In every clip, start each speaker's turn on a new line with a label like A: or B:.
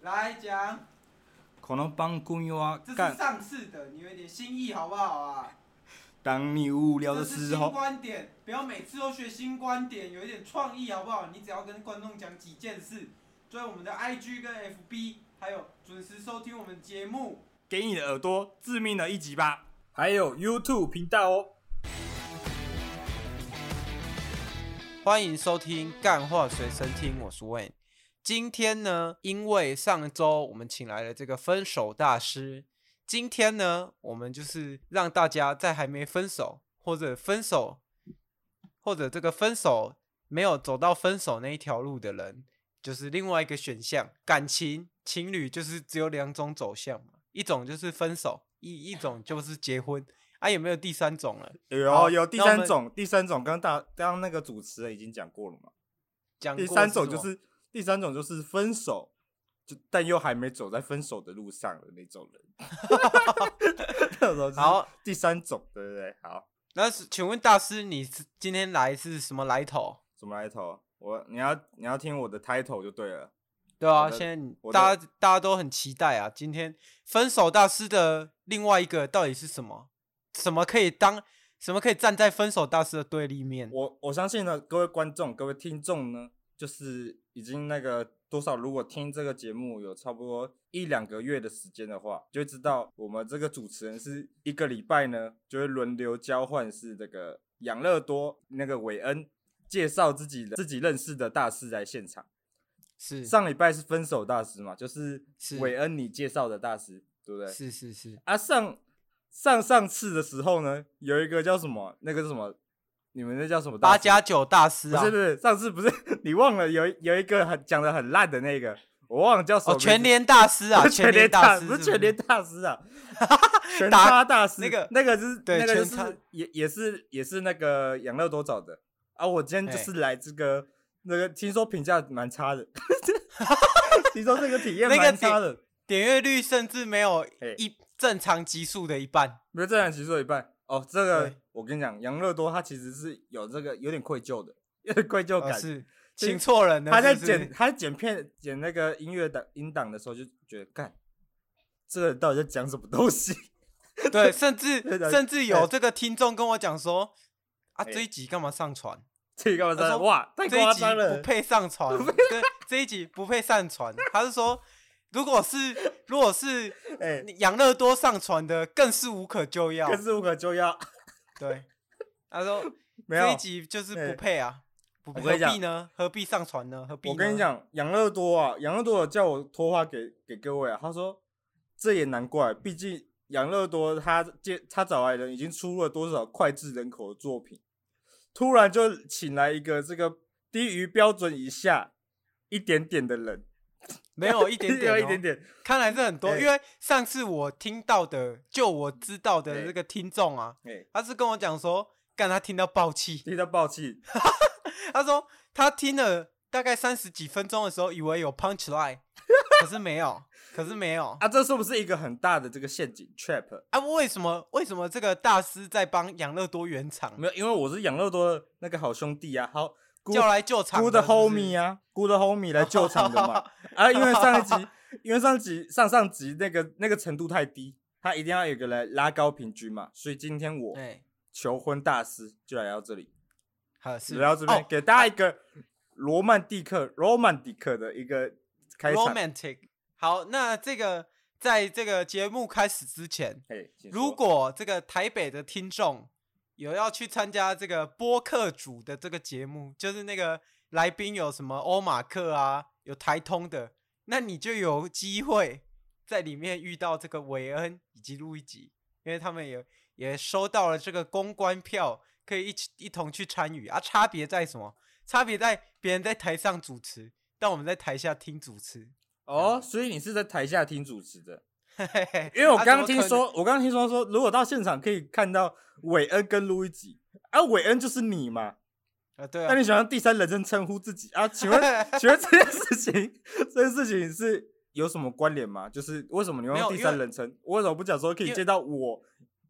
A: 来讲，
B: 可能帮公友啊
A: 这是
B: 干。
A: 上次的，你有一点新意好不好啊？
B: 当你无聊的
A: 这是
B: 时
A: 新
B: 候，
A: 观点，不要每次都学新观点，有一点创意好不好？你只要跟观众讲几件事，追我们的 IG 跟 FB，还有准时收听我们节目。
B: 给你的耳朵致命的一击吧。
C: 还有 YouTube 频道哦。
D: 欢迎收听《干话随身听》，我是 Wayne。今天呢，因为上周我们请来了这个分手大师，今天呢，我们就是让大家在还没分手，或者分手，或者这个分手没有走到分手那一条路的人，就是另外一个选项。感情情侣就是只有两种走向嘛，一种就是分手，一一种就是结婚，啊，有没有第三种了？
B: 有
D: 好
B: 有第
D: 那我
B: 三
D: 们
B: 种，第三种刚大刚那个主持人已经讲过了嘛。
D: 讲
B: 第
D: 过
B: 三种
D: 什
B: 就
D: 么
B: 是第三种就是分手，就但又还没走在分手的路上的那种人。那种就是
D: 好
B: 第三种，对不对？好，
D: 那是请问大师，你是今天来是什么来头？
B: 怎么来头？我你要你要听我的 title 就对了。
D: 对啊，
B: 我的
D: 现在你
B: 我的
D: 大家大家都很期待啊。今天分手大师的另外一个到底是什么？什么可以当？什么可以站在分手大师的对立面？
B: 我我相信呢，各位观众、各位听众呢，就是已经那个多少，如果听这个节目有差不多一两个月的时间的话，就会知道我们这个主持人是一个礼拜呢，就会轮流交换，是这个养乐多那个韦恩介绍自己的自己认识的大师来现场。
D: 是
B: 上礼拜是分手大师嘛，就是
D: 是
B: 韦恩你介绍的大师，对不对？
D: 是是是，
B: 啊，上上上次的时候呢，有一个叫什么，那个是什么？你们那叫什么大
D: 八
B: 师？
D: 加九大师啊
B: 不是不，是，上次不是 你忘了有一有一个很讲的很烂的那个，我忘了叫什
D: 哦，
B: 么名字。
D: 全联大师啊，
B: 不是全
D: 联
B: 联
D: 大
B: 大
D: 师
B: 不
D: 是
B: 是全联大师 啊，全
D: 打
B: 差大师
D: 那个
B: 那个就是
D: 对
B: 那个就
D: 全差
B: 是也也是也是那个养乐多找的啊，我今天就
D: 嘿
B: 是来这个那个听说评价蛮差 的， 听说这个体验
D: 那个
B: 蛮
D: 点
B: 差的，
D: 点阅率甚至没有
B: 嘿
D: 一正常集数的一半。
B: 没有这两集做一半哦。这个
D: 对
B: 我跟你讲，养乐多他其实是有这个有点愧疚的，有点愧疚
D: 哦，
B: 感，
D: 是
B: 这
D: 请错人了，
B: 他在
D: 是不是
B: 剪他在剪片剪那个音乐档音档的时候，就觉得干，这个人到底在讲什么东西？
D: 对，甚至
B: 对的
D: 甚至有
B: 对
D: 这个听众跟我讲说，啊，
B: 哎
D: 这一集干嘛上传？
B: 这个我真
D: 他
B: 的
D: 说
B: 哇，太
D: 这一
B: 夸
D: 集
B: 张了
D: 不！配上传，这这一集不配上传。他是说，如果是如果是
B: 哎，
D: 养乐多上传的，更是无可救药
B: 更。是无可救 药。
D: 对，他说
B: 没有
D: 这一，集就是
B: 哎
D: 不配啊，不
B: 我
D: 何
B: 跟你讲
D: 必呢？何必上传呢？何必？
B: 我跟你，讲，养乐多啊，养乐多有叫我托话给给各位啊，他说这也难怪，毕竟养乐多他接他找来的人已经出了多少脍炙人口的作品，突然就请来一个这个低于标准以下一点点的人，
D: 没有一点点、 哦
B: 有一点，哦点，
D: 看来是很多。
B: 哎
D: 因为上次我听到的，就我知道的
B: 哎
D: 这个听众啊，
B: 哎，
D: 他是跟我讲说，干他听到爆 气，
B: 听到爆气，
D: 他说他听了大概三十几分钟的时候，以为有 punch line，可 是没有，可是没有。
B: 啊，这是不是一个很大的这个陷阱 trap？
D: 啊，为什么为什么这个大师在帮养乐多圆场，
B: 没有，因为我是养乐多的那个好兄弟啊，好
D: 叫来救场
B: ，good
D: 的
B: homie
D: 啊？
B: 啊，good homie 来救场的 嘛。啊，因为上一集，因为上一集上上集那个那个程度太低，他一定要有个来拉高平均嘛。所以今天我
D: 对，
B: 求婚大师就来到这里，
D: 好是
B: 来到这边、
D: 哦
B: 给大家一个罗曼蒂克、罗曼蒂克的一个开场。
D: romantic。好，那这个在这个节目开始之前，
B: 嘿请说
D: 如果这个台北的听众有要去参加这个播客组的这个节目，就是那个来宾有什么欧马克啊，有台通的，那你就有机会在里面遇到这个韦恩以及路易吉， 因为他们也也收到了这个公关票，可以一起一同去参与啊。差别在什么？差别在别人在台上主持，但我们在台下听主持。
B: 哦，所以你是在台下听主持的。
D: 嘿嘿嘿
B: 因为我
D: 啊
B: 刚
D: 怎
B: 刚听
D: 么可能
B: 说，我刚刚听说说，如果到现场可以看到韦恩跟路易吉，啊，韦恩就是你嘛？
D: 啊，对
B: 那
D: 啊，
B: 你想用第三人称称呼自己啊？请问， 请问这件事情，这件事情是有什么关联吗？就是为什么你要
D: 没有
B: 用第三人称？为什么不讲说可
D: 因
B: 以
D: 为
B: 见到我，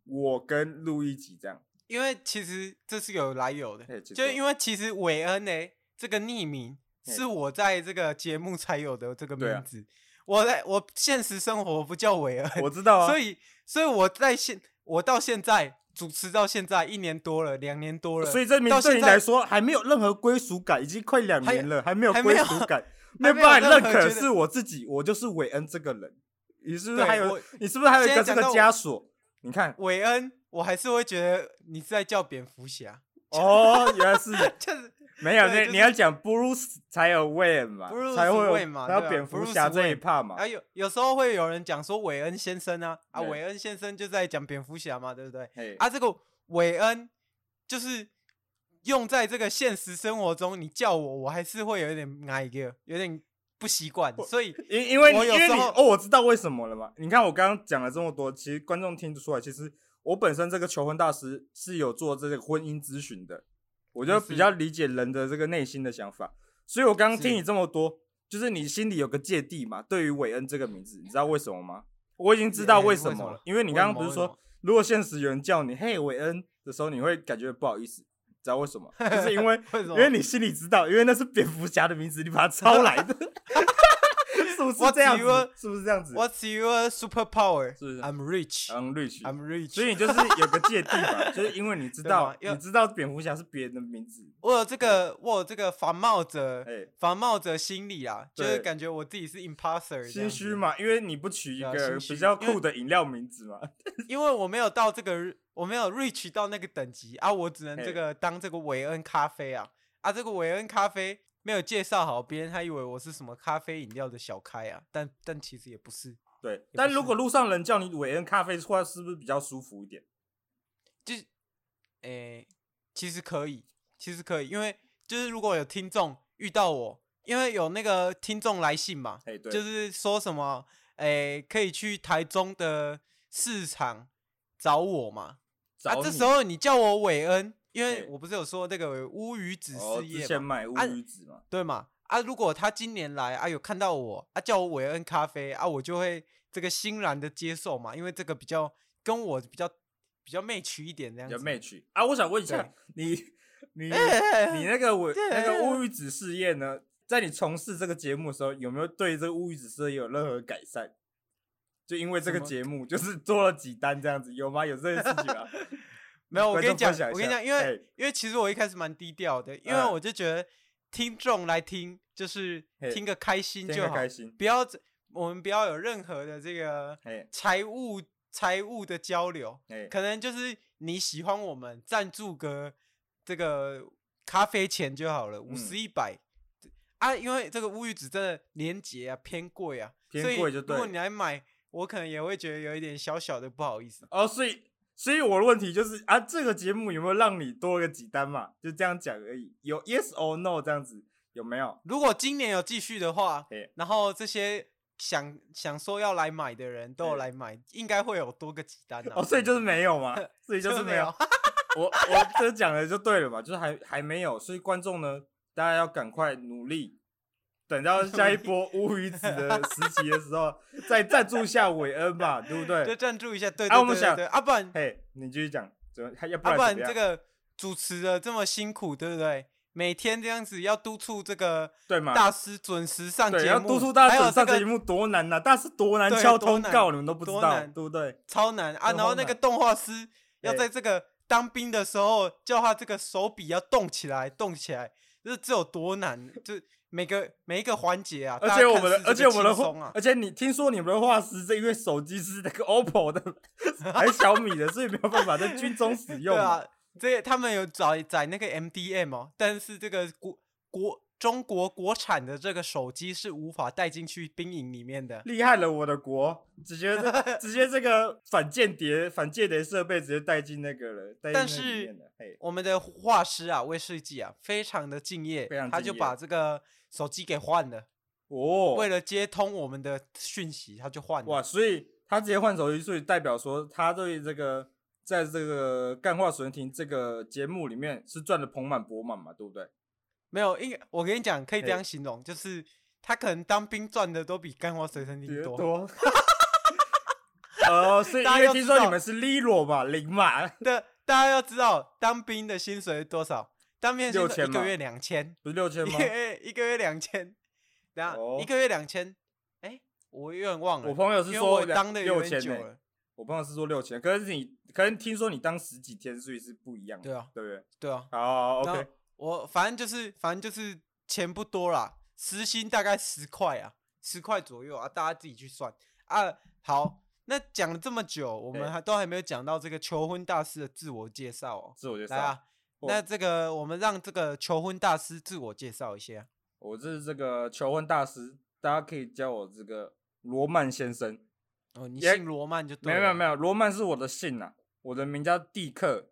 B: 我跟路易吉这样？
D: 因为其实这是有来由的
B: 嘿，请
D: 就
B: 说
D: 因为其实韦恩呢这个匿名
B: 嘿
D: 是我在这个节目才有的这个
B: 对啊
D: 名字，我在我现实生活不叫韦恩，
B: 我知道啊，
D: 所以所以我在现我到现在主持到现在一年多了，两年多了，
B: 呃所以这名
D: 到
B: 对
D: 现
B: 你
D: 在
B: 来说还没有任何归属感，已经快两
D: 还
B: 年了，还没有
D: 还
B: 归
D: 没有
B: 属感，
D: 还
B: 有
D: 没
B: 办
D: 有
B: 法
D: 任何
B: 认可
D: 觉得
B: 是我自己，我就是韦恩这个人。你是不是
D: 对
B: 还
D: 我
B: 有？你是不是还有一
D: 现
B: 个
D: 在
B: 这
D: 讲
B: 个
D: 到我
B: 枷锁？你看，
D: 韦恩，我还是会觉得你是在叫蝙蝠侠，
B: 哦，原来是
D: 就是
B: 没有，
D: 对
B: 那
D: 就
B: 你要讲 Bruce 才有 Wayne 嘛
D: Bruce，
B: 才会
D: Wayne
B: 有，
D: 嘛
B: 才有
D: 对啊
B: 蝙蝠
D: Bruce
B: 侠这一
D: Wayne
B: 趴嘛。
D: 啊有有时候会有人讲说韦恩先生啊啊
B: 对
D: 韦恩先生就在讲蝙蝠侠嘛，对不对？
B: 嘿
D: 啊，这个韦恩就是用在这个现实生活中，你叫我，我还是会有点挨个，有点不习惯，所以
B: 因因为你
D: 我有
B: 因为
D: 时
B: 你
D: 候
B: 哦，我知道为什么了嘛。你看我刚刚讲了这么多，其实观众听得出来，其实我本身这个求婚大师是有做这个婚姻咨询的，我
D: 嗯
B: 就比较理解人的这个内心的想法。所以我刚刚听你这么多，就是你心里有个芥蒂嘛，对于韦恩这个名字，你知道为什么吗？我已经知道
D: 哎
B: 为
D: 为
B: 什
D: 什
B: 么
D: 么
B: 了，因 为你
D: 为
B: 刚
D: 什
B: 刚
D: 么为
B: 不是
D: 什
B: 说
D: 么，
B: 如果现实有人叫你“嘿，韦恩”的时候，你会感觉不好意思，你知道 为什么？就是因为
D: 为什
B: 因
D: 么
B: 为你心里知道，因为那是蝙蝠侠的名字，你把它抄 来的。是不是这样
D: What's your-
B: 子？是不是这样子
D: What's your super power?
B: 是不是
D: I'm rich.
B: ？I'm rich，
D: I'm rich.
B: 所以你就是有个芥蒂 吧，就是因为你知道，
D: 对嘛要
B: 你知道蝙蝠侠是别人的名字，
D: 我有这个，我有这个防冒者，
B: 哎
D: 防冒者心理啊，就
B: 对
D: 是感觉我自己是 imposter，这样
B: 心
D: 子
B: 虚，嘛，因为你不取一
D: 对啊
B: 个
D: 心虚
B: 比较酷的饮料名字嘛，
D: 因为我没有到这个，我没有 reach 到那个等级啊，我只能
B: 哎
D: 这个当这个韦恩咖啡啊啊，这个韦恩咖啡没有介绍好，别人还以为我是什么咖啡饮料的小开啊，但但其实也不是，
B: 对。
D: 是
B: 但如果路上人叫你韦恩咖啡的话，是不是比较舒服一点？
D: 就是，诶、其实可以，其实可以，因为就是如果有听众遇到我，因为有那个听众来信嘛，
B: 哎，对，
D: 就是说什么，诶、可以去台中的市场找我嘛。啊，
B: 找
D: 这
B: 你
D: 时候你叫我韦恩，因为
B: 嘿
D: 我不是有说那个乌鱼子
B: 哦，
D: 事
B: 之
D: 业
B: 前
D: 嘛，
B: 买乌
D: 啊
B: 鱼子嘛，
D: 对嘛？啊，如果他今年来啊，有看到我啊，叫我韦恩咖啡啊，我就会这个欣然的接受嘛，因为这个比较跟我比较比较 match 一点这样
B: 比
D: 子
B: 较
D: 嘛。
B: match 啊。我想问一下
D: 对
B: 你，你
D: 哎
B: 你那个我
D: 对哎
B: 那个乌鱼子事业呢，在你从事这个节目的时候，有没有对这个乌鱼子事业有任何改善？就因为这个
D: 什么
B: 节目，就是 做了几单这样子，有吗？有这件事情 吗？
D: 没有，我
B: 观
D: 跟你讲
B: 众分，享一
D: 我跟你
B: 下
D: 讲，因为、
B: 哎
D: 因为其实我一开始蛮低调的，因为
B: 嗯
D: 我就觉得听众来听就是
B: 嘿
D: 听个开心
B: 听
D: 就
B: 个
D: 好，
B: 开心
D: 不要这我们不要有任何的这个
B: 哎
D: 财务财务的交流，
B: 哎，
D: 可能就是你喜欢我们赞助个这个咖啡钱就好了，五十
B: 嗯
D: 一百。啊，因为这个乌鱼子真的廉洁啊，偏贵啊，
B: 偏
D: 所以
B: 贵就
D: 如果
B: 对
D: 你来买，我可能也会觉得有一点小小的不好意思。
B: 哦，所以所以我的问题就是啊，这个节目有没有让你多了几单嘛？就这样讲而已，有 yes or no 这样子有没有？哦
D: 如果今年有继续的话
B: 嘿，
D: 然后这些想想说要来买的人都有
B: 嘿
D: 来买，应该会有多个几单啊。
B: 哦，所以就是没有 嘛，所以
D: 就
B: 就是
D: 没
B: 没有。我我这讲的就对了嘛，就是还还没有，所以观众呢，大家要赶快努力，等到下一波乌鱼子的时期的时候，再赞助下韦恩吧，对不
D: 就
B: 对？
D: 赞助一下。对对对
B: 啊我们
D: 对
B: 想
D: 对啊，不然
B: 嘿，你继续讲，怎么还要不
D: 啊，
B: 然
D: 不然
B: 怎么样
D: 这个主持的这么辛苦，对不对？每天这样子要督促这个
B: 对嘛？
D: 大师准时上
B: 啊对，
D: 节
B: 要
D: 目，
B: 督促大
D: 还
B: 家
D: 有
B: 准上
D: 这个
B: 节目多难呐、但是多难
D: 对
B: 敲
D: 多
B: 通
D: 难
B: 告，你们都不知
D: 多
B: 道，
D: 难
B: 对不对？
D: 超难啊。
B: 多
D: 然后那
B: 难
D: 个动画师要
B: 对
D: 在这个当兵的时候叫他这个手笔要动起来，动起来，这这有多难？就每个每一个环节啊，
B: 而
D: 大
B: 且
D: 家
B: 我
D: 看
B: 们的
D: 似，这
B: 而且
D: 个
B: 我们的
D: 轻
B: 画
D: 松啊，
B: 而且你听说你们的画师这因为手机是那个 OPPO 的， 还是小米的，所以没有办法在军中使用
D: 对
B: 嘛。
D: 啊，这他们有载载那个 MDM 哦，但是这个国国中国国产的这个手机是无法带进去兵营里面的。
B: 厉害了我的国，直接直接这个反间谍反间谍设备直接带进那个了，带
D: 但
B: 进那里
D: 是
B: 面了。嘿，
D: 我们的画师啊，威士忌啊，非常的敬业
B: 非常，
D: 他
B: 敬
D: 就
B: 业
D: 把这个手机给换了，
B: 哦，
D: 为了接通我们的讯息，他就换了。
B: 哇，所以他直接换手机，所以代表说他对这个在这个干化水亭这个节目里面是赚的盆满钵满嘛，对不对？
D: 没有，应该我跟你讲，可以这
B: 嘿
D: 样形容，就是他可能当兵赚的都比干花随身听多。
B: 多。 呃，所以因
D: 大家
B: 为
D: 要
B: 听
D: 知
B: 说
D: 道
B: 你们是 Lilo 嘛，零嘛，
D: 的，大家要知道，当兵的薪水是多少？当兵的薪水
B: 6000
D: 一个
B: 嘛
D: 月两千，
B: 不是六千
D: 一
B: 吗
D: 个？月一个月两千，等下、
B: 哦
D: 一个月两千，哎，我有点忘了。
B: 我朋友是
D: 因为我
B: 说
D: 当的有
B: 六
D: 点
B: 千
D: 久
B: 呢，
D: 了，
B: 我朋友是说六千，可是你可能听说你当十几天，所以是不一样的，
D: 对啊，
B: 对不对？
D: 对啊。
B: 好好好
D: 然后
B: ，OK，
D: 我反正就是反正就是钱不多啦，时薪大概十块啊，十块左右啊，大家自己去算啊。好，那讲了这么久，我们
B: 哎
D: 还都还没有讲到这个求婚大师的自我介绍哦。
B: 自我介
D: 来
B: 绍。
D: 啊，那这个我们让这个求婚大师自我介绍一下。啊
B: 我是这个求婚大师，大家可以叫我这个罗曼先生。
D: 哦，你
B: 也
D: 姓罗曼就对
B: 没
D: 了。
B: 有没有没有，罗曼是我的姓啊，我的名叫蒂克，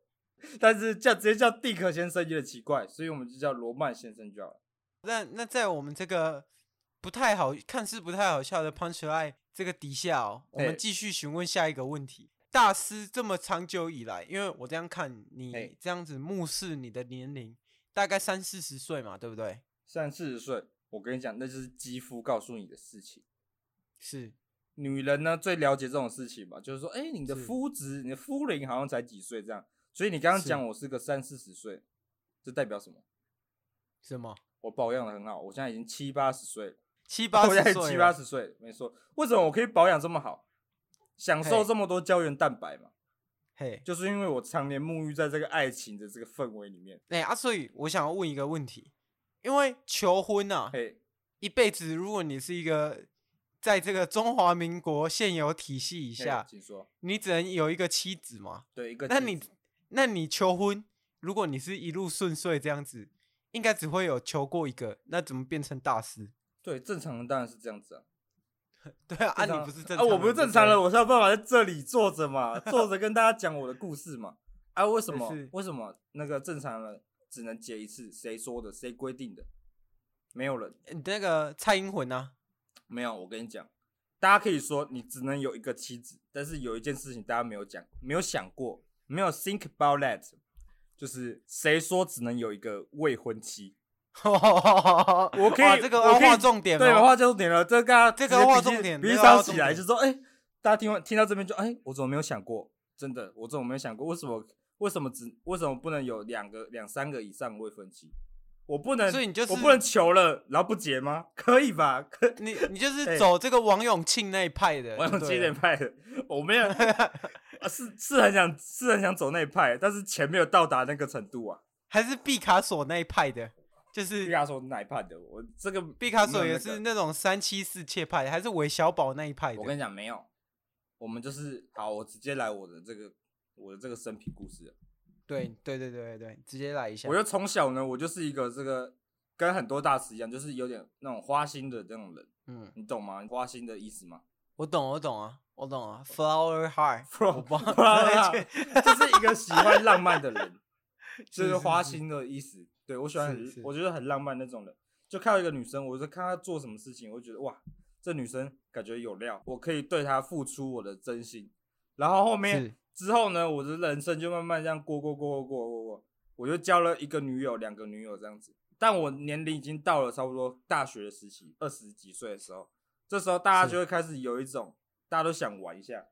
B: 但是叫直接叫蒂克先生有点奇怪，所以我们就叫罗曼先生就好了。
D: 那那在我们这个不太好看似不太好笑的 punchline 这个底下哦，我
B: 哎
D: 们继续询问下一个问题。大师这么长久以来，因为我这样看
B: 哎
D: 你这样子目视你的年龄，大概三四十岁嘛，对不对？
B: 三四十岁，我跟你讲，那就是肌肤告诉你的事情。
D: 是，
B: 女人呢最了解这种事情嘛，就是说，哎、你的
D: 是
B: 肤质、你的肤龄好像才几岁这样，所以你刚刚
D: 是
B: 讲我是个三四十岁，这代表什么？
D: 什么？
B: 我保养的很好，我现在已经七八十岁了。
D: 七八
B: 我
D: 十
B: 现在
D: 岁了，
B: 七八十岁，没错。为什么我可以保养这么好，享受
D: 嘿
B: 这么多胶原蛋白嘛？
D: 嘿，
B: 就是因为我常年沐浴在这个爱情的这个氛围里面。
D: 哎、啊，所以我想要问一个问题，因为求婚啊，
B: 嘿，
D: 一辈子如果你是一个在这个中华民国现有体系以
B: 嘿
D: 下，
B: 请说。
D: 你只能有一个妻子嘛，
B: 对，一个
D: 那
B: 妻
D: 你
B: 子
D: 那你求婚，如果你是一路顺遂这样子，应该只会有求过一个，那怎么变成大师？
B: 对正常人当然是这样子啊。
D: 对啊，啊
B: 正常
D: 你不是正
B: 啊，我不是正常人，
D: 了，
B: 我才有办法在这里坐着嘛，坐着跟大家讲我的故事嘛。啊，为什
D: 也
B: 么
D: 是？
B: 为什么那个正常人只能结一次？谁说的？谁规定的？没有人，
D: 你那个蔡英文啊，
B: 没有。我跟你讲，大家可以说你只能有一个妻子，但是有一件事情大家没有讲，没有想过，没有 think about that，就是谁说只能有一个未婚妻？
D: 我
B: 可以
D: 这个
B: 我
D: 要
B: 可以
D: 划重点、哦，
B: 对，划重点了，这个
D: 这个划重点
B: 比
D: 这
B: 一
D: 个划
B: 烧起来
D: 重
B: 就说，哎、大家听完听到这边就，哎、我怎么没有想过？真的，我怎么没有想过？为什么为什么只为什么不能有两个两三个以上未婚妻？我不能，
D: 所以你就是
B: 我不能求了，然后不结吗？可以吧？可
D: 你你就
B: 哎
D: 是走这个王永庆那一派的，
B: 我
D: 就
B: 想
D: 对啊
B: 七点
D: 了
B: 派的，我没 有，啊是是很想是很想走那一派，但是钱没有到达那个程度啊。
D: 还是毕卡索那一派的，就
B: 毕
D: 是
B: 卡索哪一派的？我这个
D: 毕卡索
B: 没有
D: 也
B: 啊那个
D: 是那种三妻四妾派的，还是韦小宝那一派的。
B: 我跟你讲，没有，我们就是好，我直接来我的这个我的这个生平故事了。
D: 对对对对对，直接来一下
B: 我。就从小呢，我就是一个这个跟很多大师一样，就是有点那种花心的那种人，
D: 嗯，
B: 你懂吗？花心的意思吗？
D: 我懂，我懂啊，我懂啊，Flower Heart，
B: 我
D: 不
B: 就是一个喜欢浪漫的人，就是是
D: 是
B: 花
D: 是
B: 心的意思。对我喜欢很
D: 是是，
B: 我觉得很浪漫那种人。就看到一个女生，我就看她做什么事情，我就觉得哇，这女生感觉有料，我可以对她付出我的真心。然后后面之后呢，我的人生就慢慢这样过过过过过过过，我就交了一个女友，两个女友这样子。但我年龄已经到了差不多大学的时期，二十几岁的时候，这时候大家
D: 是
B: 就会开始有一种，大家都想玩一下。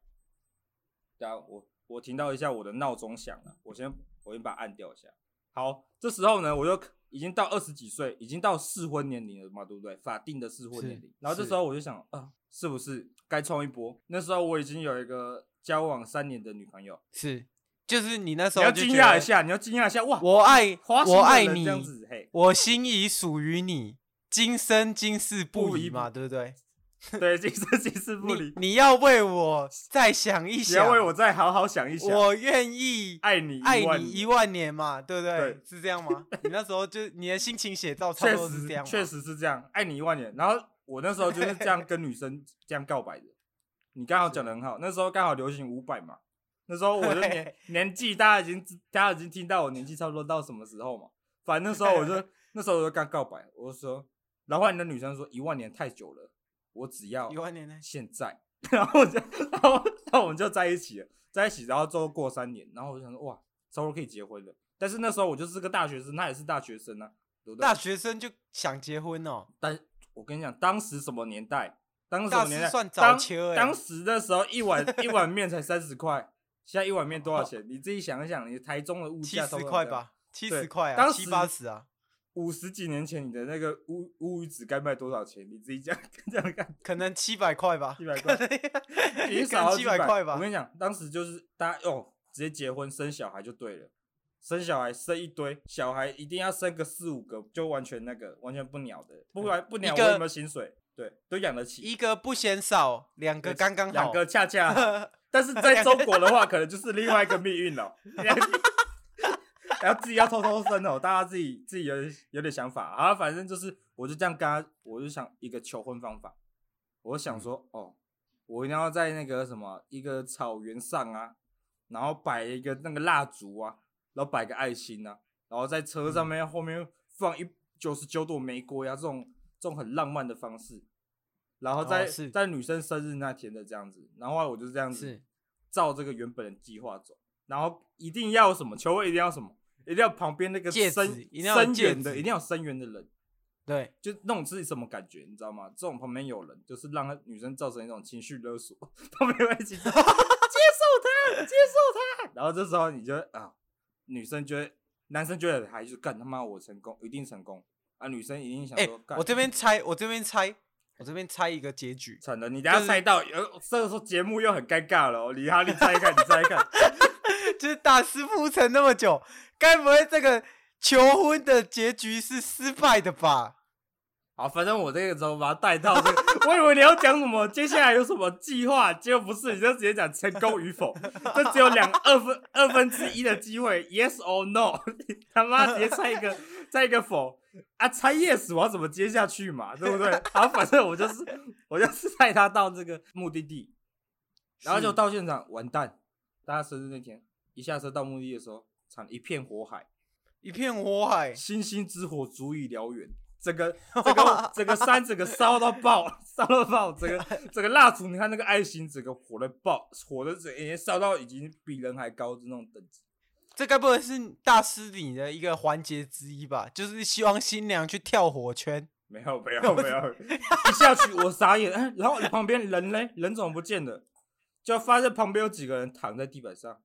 B: 大家，我我听到一下我的闹钟响了，我先我先把它按掉一下。好，这时候呢，我就已经到二十几岁，已经到适婚年龄了嘛，对不对？法定的适婚年
D: 是
B: 龄。然后这
D: 是
B: 时候我就想，啊，是不是该冲一波？那时候我已经有一个交往三年的女朋友，
D: 是，就是你那时候
B: 你要
D: 就
B: 惊
D: 觉
B: 讶
D: 得
B: 一，下，你要惊讶一下，哇！
D: 我爱
B: 花心
D: 我
B: 的
D: 爱
B: 人
D: 你
B: 这，样子，嘿，
D: 我心已属于你，今生今世
B: 不
D: 不
B: 移
D: 移
B: 不
D: 嘛，对不对？
B: 对，今生今世不离
D: 你，你要为我再想一
B: 你
D: 想，
B: 要为我再好好想一想，
D: 我愿意
B: 爱你
D: 爱
B: 万
D: 你一万年嘛，对不对
B: 对？
D: 是这样吗？你那时候就你的心情写照，差
B: 确
D: 不多是这
B: 实
D: 样，
B: 确，实是这样，爱你一万年。然后我那时候就是这 样跟女生这样告白的。你刚好讲的很好，那时候刚好流行五百嘛，那时候我 就年年纪，大家已经知大家已经听到我年纪差不多到什么时候嘛。反正那时候我 就那时候我就刚告白，我就说，然后你的女生说一万年太久了，我只要
D: 一万年呢？
B: 现在， 然后我就，然后然后我们就在一起了，在一起，然后之后过三年，然后我就想说，哇，差不多可以结婚了。但是那时候我就是个大学生，他也是大学生啊，对不对？
D: 大学生就想结婚哦，
B: 但我跟你讲，当时什么年代？当时什么年
D: 大
B: 代？
D: 师算早
B: 当
D: 秋欸
B: 当时那时候一 碗一碗面才三十块，现在一碗面多少钱？你自己想一想，你台中的物
D: 七
B: 价差
D: 十
B: 不多
D: 块
B: 这样？
D: 吧，七
B: 对
D: 十块啊，
B: 当
D: 七
B: 时
D: 八十啊，
B: 五十几年前你的那个乌乌鱼子该卖多少钱？你自己讲，这样 看
D: 可能七百块吧，
B: 一百块，也少
D: 七百块吧
B: 我。跟你讲，当时就是大家哦，直接结婚生小孩就对了，生小孩生一堆，小孩一定要生个四五个，就完全那个完全不鸟的，不然不鸟
D: 嗯一
B: 我
D: 个
B: 有没有薪水？对，都养得起，
D: 一个不嫌少，两个刚刚好。
B: 两个恰 恰好。但是在中国的话，可能就是另外一个命运了。然后自 己要偷偷生哦，大家自己自己有点有点想法啊。反正就是，我就这样跟他，我就想一个求婚方法。我想说，
D: 嗯
B: 哦，我一定要在那个什么一个草原上啊，然后摆一个那个蜡烛啊，然后摆个爱心啊，然后在车上
D: 嗯
B: 面后面放一九十九朵玫瑰啊，这种这种很浪漫的方式。然后在、
D: 哦是
B: 在女生生日那天的这样子，然后后来我就这样子
D: 是
B: 照这个原本的计划走，然后一定要什么求婚，一定要什么，一定要旁边那个
D: 戒指
B: 深
D: 一定要有
B: 深远
D: 戒
B: 的，
D: 指
B: 一定要有深远的人，
D: 对，
B: 就那种是什么感觉，你知道吗？这种旁边有人，就是让他女生造成一种情绪勒索，旁边会一起 接受他，接受他，然后这时候你就会啊，女生觉得男生觉得还是干他妈我成功，一定成功啊，女生一定想
D: 哎、
B: 说，干
D: 我这边猜，我这边猜，我这边猜一个结 局。
B: 惨了，你等下猜到，呃，这个时候节目又很尴尬了哦，你哈你猜一看，你猜一看。
D: 就是大师铺陈那么久，该不会这个求婚的结局是失败的吧？
B: 好，反正我这个时候把它带到这个， 我以为你要讲什么，接下来有什么计划，结果不是，你就直接讲成功与否，这只有两二分二分之一的机会，yes or no，你 他妈直接猜一个，猜一个否啊，猜 yes，我要怎么接下去嘛，对不 对？好，反正我就是我就是带他到这个目的地，然后就是到现场，完蛋，大家生日那天一下车到目的地的时候，场一片火海。
D: 一片火海，
B: 星星之火足以燎原，整个整个整个山整个烧到爆， 烧到爆，整个整个蜡烛，你看那个爱心，整个火的爆，火的整已经烧到已经比人还高的那种等级。
D: 这该不会是大师你的一个环节之一吧？就是希望新娘去跳火圈。
B: 没有没有没有，一下去我傻眼，哎，然后旁边人嘞，人怎么不见了？就发现旁边有几个人躺在地板上，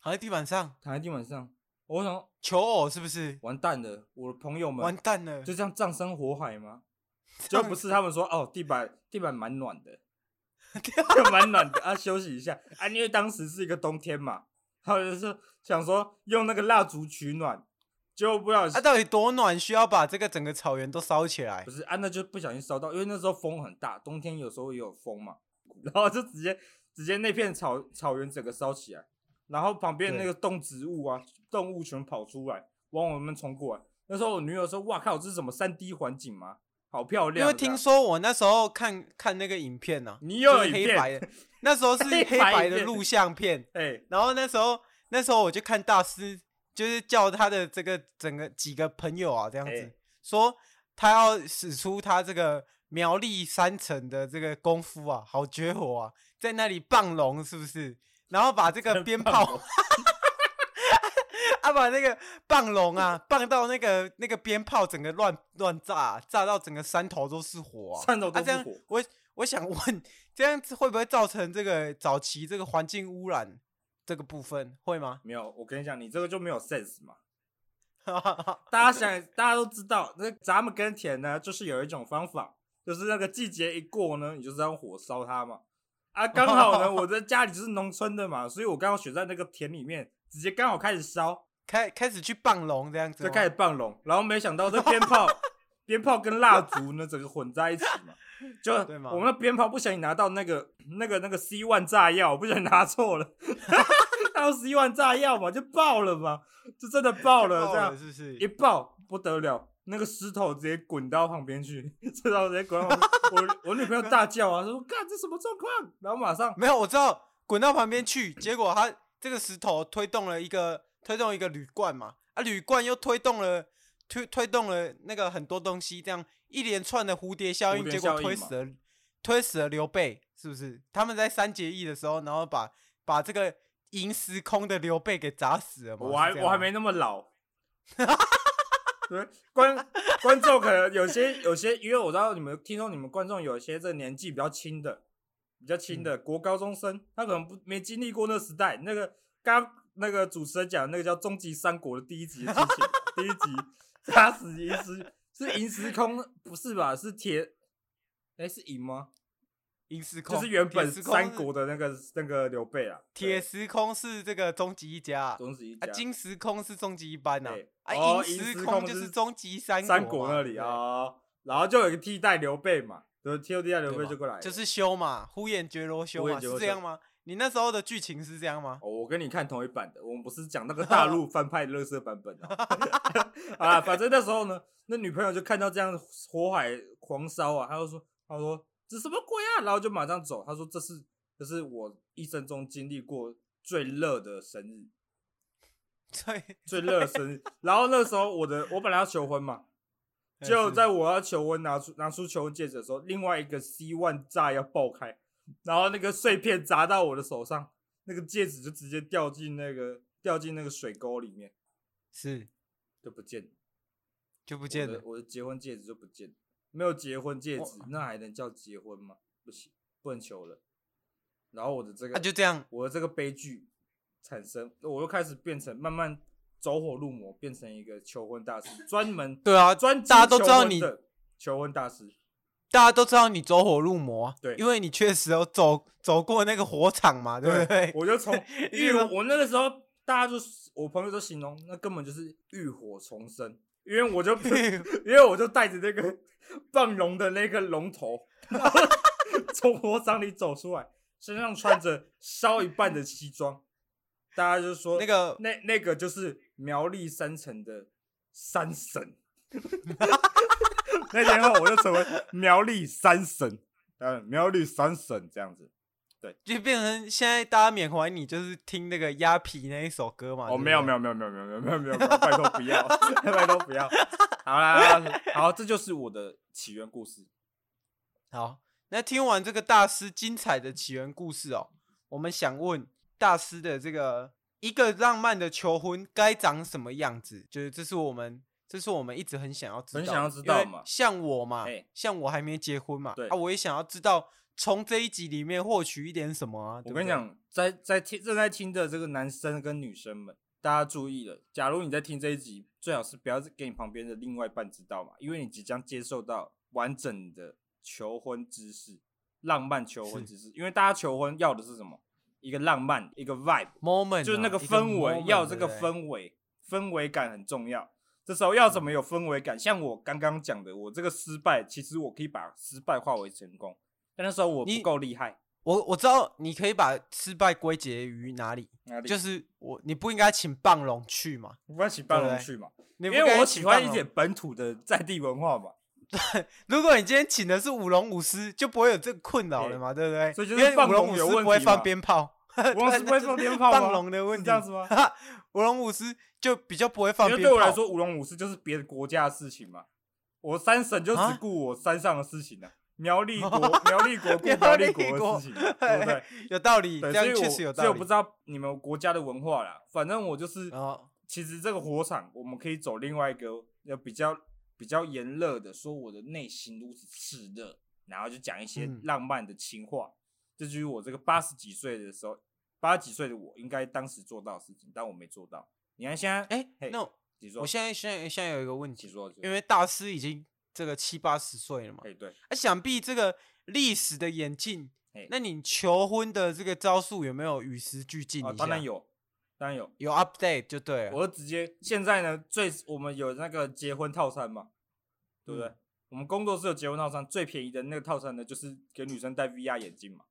D: 躺在地板上
B: 躺在地板上，我想
D: 求偶是不是？
B: 完蛋了，我的朋友们
D: 完蛋了！
B: 就这样葬身火海吗？ 就不是他们说哦，地板地板蛮暖 的，就蛮暖的啊，休息一下啊，因为当时是一个冬天嘛，他们就是想说用那个蜡烛取暖，结果不小
D: 啊，
B: 心、
D: 到底多暖需要把这个整个草原都烧起来
B: 不？是啊，那就不小心烧到，因为那时候风很大，冬天有时候也有风嘛，然后就直接直接那片草草原整个烧起来，然后旁边
D: 对
B: 那个动植物啊，动物全跑出来往我们冲过来。那时候我女友说：“哇靠，这是什么三 D 环境吗？好漂亮！”啊
D: 因为
B: 这样
D: 听说我那时候看看那个影片呢、
B: 你
D: 就
B: 又有
D: 是
B: 影
D: 黑
B: 片，
D: 白的，那时候是
B: 黑白
D: 黑白
B: 影
D: 的
B: 片
D: 录像片，
B: 哎、
D: 然后那时候那时候我就看大师，就是叫他的这个整个几个朋友啊，这样子、
B: 哎
D: 说他要使出他这个苗栗山城的这个功夫啊，好绝活啊，在那里棒龙是不是？然后把这个鞭炮， 啊，把那个棒龙啊，棒到那个那个鞭炮整个乱乱炸啊、炸到整个山头都是火啊，
B: 山头都
D: 啊这
B: 是
D: 样
B: 火
D: 我我想问，这样子会不会造成这个早期这个环境污染这个部分会吗？
B: 没有，我跟你讲，你这个就没有 sense 嘛。大家想，大家都知道，那咱们耕田呢，就是有一种方法，就是那个季节一过呢，你就是要用火烧它嘛。啊，刚好 呢，我在家里就是农村的嘛，所以我刚好选在那个田里面，直接刚好开始烧，
D: 开开始去棒龙这样子吗，
B: 就开始放笼，然后没想到这 鞭炮。鞭炮跟蜡烛呢，整个混在一起嘛，就
D: 对嘛
B: 我们的鞭炮不小心拿到那个那个那个 C one 炸药，我不小心拿错 了，拿到 C one 炸药嘛，就爆了嘛，就真的爆了，
D: 爆
B: 这样
D: 是不是？
B: 一爆不得了，那个石头直接滚到旁边去， 石头直接滚到旁边。我我女朋友大叫啊，说：“干这什么状况？”然后马上
D: 没有，我知道滚到旁边去，结果他这个石头推动了一个推动一个铝罐嘛，啊，铝罐又推动了推推动了那个很多东西，这样一连串的蝴蝶效
B: 蝴
D: 应，
B: 蝶
D: 结果
B: 效应
D: 推
B: 嘛
D: 死了推死了刘备，是不是？他们在三结义的时候，然后把把这个银时空的刘备给砸死了嘛？哦是
B: 我还
D: 这样
B: 我还
D: 吗
B: 没那 么老。对观观众可能有些有些，因为我知道你们听说你们观众有些这年纪比较轻的，比较轻
D: 嗯
B: 的、国高中生，他可能不没经历过那时代。那个刚那个主持人讲的那个叫《终极三国》的第一集的剧情，第一集杀死银石是银时空，不是吧？是铁，哎，是银吗？
D: 银时空
B: 就是原本
D: 铁时空是
B: 三国的那个那个刘备啊，
D: 铁时空是这个终极一家啊
B: 对，终止一
D: 啊，
B: 家，
D: 金时空是终极一班呐
B: 对，
D: 啊，
B: 哦
D: 银
B: 银
D: 时
B: 时
D: 空
B: 空
D: 就是是终极三
B: 三
D: 国
B: 国
D: 嘛
B: 那里，
D: 对
B: 啊，然后就有一个替代刘备嘛，就是替代刘
D: 对
B: 备
D: 嘛
B: 就过来了，
D: 就是修嘛，呼延觉罗修
B: 呼
D: 嘛，
B: 延觉
D: 是
B: 罗
D: 这
B: 修
D: 样吗？你那时候的剧情是这样吗？
B: 哦，我跟你看同一版的，我们不是讲那个大陆翻拍的乐色版本 哦。好啦，反正那时候呢，那女朋友就看到这样火海狂烧啊，她就说，她说这什么鬼啊，然后就马上走。她说这是这是我一生中经历过最热的生日，
D: 对，
B: 最热的生日。然后那时候我的我本来要求婚嘛，
D: 哎
B: 就在我要求婚拿出拿出求婚戒指的时候，另外一个 C one 炸要爆开，然后那个碎片砸到我的手上，那个戒指就直接掉进那个掉进那个水沟里面，
D: 是
B: 就不见了。
D: 就不
B: 不
D: 见了哦
B: 我的，我的结婚戒指就不见了，没有结婚戒
D: 我
B: 指，那还能叫结婚吗？不行，不能求了。然后我的这个，
D: 啊，就这样，
B: 我的这个悲剧产生，我又开始变成慢慢走火入魔，变成一个求婚大师，专门
D: 对啊，
B: 专
D: 大家都知道
B: 精
D: 你
B: 求婚的求婚大师，
D: 大家都知道你走火入魔啊，
B: 对
D: 因为你确实有走走过那个火场嘛，对不对？
B: 我就 从
D: 你
B: 浴
D: 说
B: 我那个时候，大家就我朋友都形容那根本就是浴火重生，因为我就 因为我就带着那个 放龙的那个龙头， 从火场里走出来，身上穿着烧一半的西装，大家就说
D: 那个
B: 那那个就是苗栗山城的 山神。那天后我就成为苗栗山神，嗯，苗栗山神这样子。
D: 就变成现在大家缅怀你，就是听那个鸭皮那一首歌嘛。
B: 哦，没有没
D: 有，
B: 有没有没有没有没有没有没有，没有拜托不要， 拜托不要。好啦，好，这就是我的起源故事。
D: 好，那听完这个大师精彩的起源故事哦，我们想问大师的这个一个浪漫的求婚该长什么样子？就是这是我们。这是我们一直很想要知道的，
B: 很想要知道
D: 因为
B: 嘛
D: 像我嘛，
B: 哎
D: 像我还没结婚嘛，
B: 对
D: 啊，我也想要知道从这一集里面获取一点什么啊。对
B: 我
D: 不
B: 跟你
D: 对，
B: 讲，在在听正在听的这个男生跟女生们，大家注意了，假如你在听这一集，最好是不要给你旁边的另外一半知道嘛，因为你即将接受到完整的求婚知识，浪漫求婚知识。因为大家求婚要的是什么？一个浪漫，一个 vibe，
D: moment
B: 就是
D: 啊
B: 那个
D: 一
B: 氛围，
D: moment，
B: 要有这个
D: 对不对
B: 氛围，氛围感很重要。这时候要怎
D: 嗯
B: 么有氛围感？像我刚刚讲的，我这个失败，其实我可以把失败化为成功，但那时候我
D: 你
B: 不够厉害。
D: 我我知道你可以把失败归结于哪里，
B: 哪里
D: 就是我你不应该请棒龙去嘛，
B: 我要请帮
D: 对
B: 龙
D: 不对
B: 去嘛，
D: 你不
B: 因为
D: 该
B: 我
D: 请
B: 喜欢
D: 棒
B: 一
D: 龙
B: 点。本土的在地文化嘛，
D: 如果你今天请的是舞龙舞狮，就不会有这个困扰了嘛，对不对？
B: 所以就
D: 因
B: 是
D: 为
B: 棒
D: 舞龙
B: 龙
D: 舞狮
B: 有问
D: 不会
B: 题
D: 放
B: 嘛
D: 鞭 炮，
B: 我是不会放鞭炮吗？
D: 棒龙的问
B: 是
D: 题
B: 这样子吗？
D: 舞龙舞狮就比较不会放
B: 因
D: 鞭
B: 为
D: 炮。
B: 对我来，说，舞龙舞狮就是别的国家的事情嘛。我三省就
D: 啊
B: 只顾我山上的事情了、啊 苗栗国，苗栗国顾
D: 苗
B: 苗栗
D: 栗
B: 国
D: 国
B: 的事情啊，对不对？
D: 有道理，这
B: 对，
D: 样
B: 所以
D: 确
B: 我
D: 实有
B: 所以
D: 道
B: 我
D: 理
B: 不知。道你们国家的文化啦，反正我就是，
D: 哦
B: 其实这个火场我们可以走另外一个要比较比较炎热的，说我的内心如此炽热，然后就讲一些
D: 嗯
B: 浪漫的情话，这就是我这个八十几岁的时候，八十几岁的我应该当时做到的事情，但我没做到。你看现在，
D: 哎，
B: 嘿
D: 那
B: 你说，
D: 我现在现在现在有一个问
B: 你
D: 题，
B: 说，你说
D: 因为大师已经这个七八十岁了嘛，
B: 哎对，
D: 啊，想必这个历史的演进
B: 嘿，
D: 那你求婚的这个招数有没有与时俱进一下？
B: 啊，当然有，当然有，
D: 有 update 就对了。
B: 我就直接现在呢，最我们有那个结婚套餐嘛，对不对？
D: 嗯
B: 我们工作室有结婚套餐，最便宜的那个套餐呢，就是给女生戴 VR 眼镜嘛，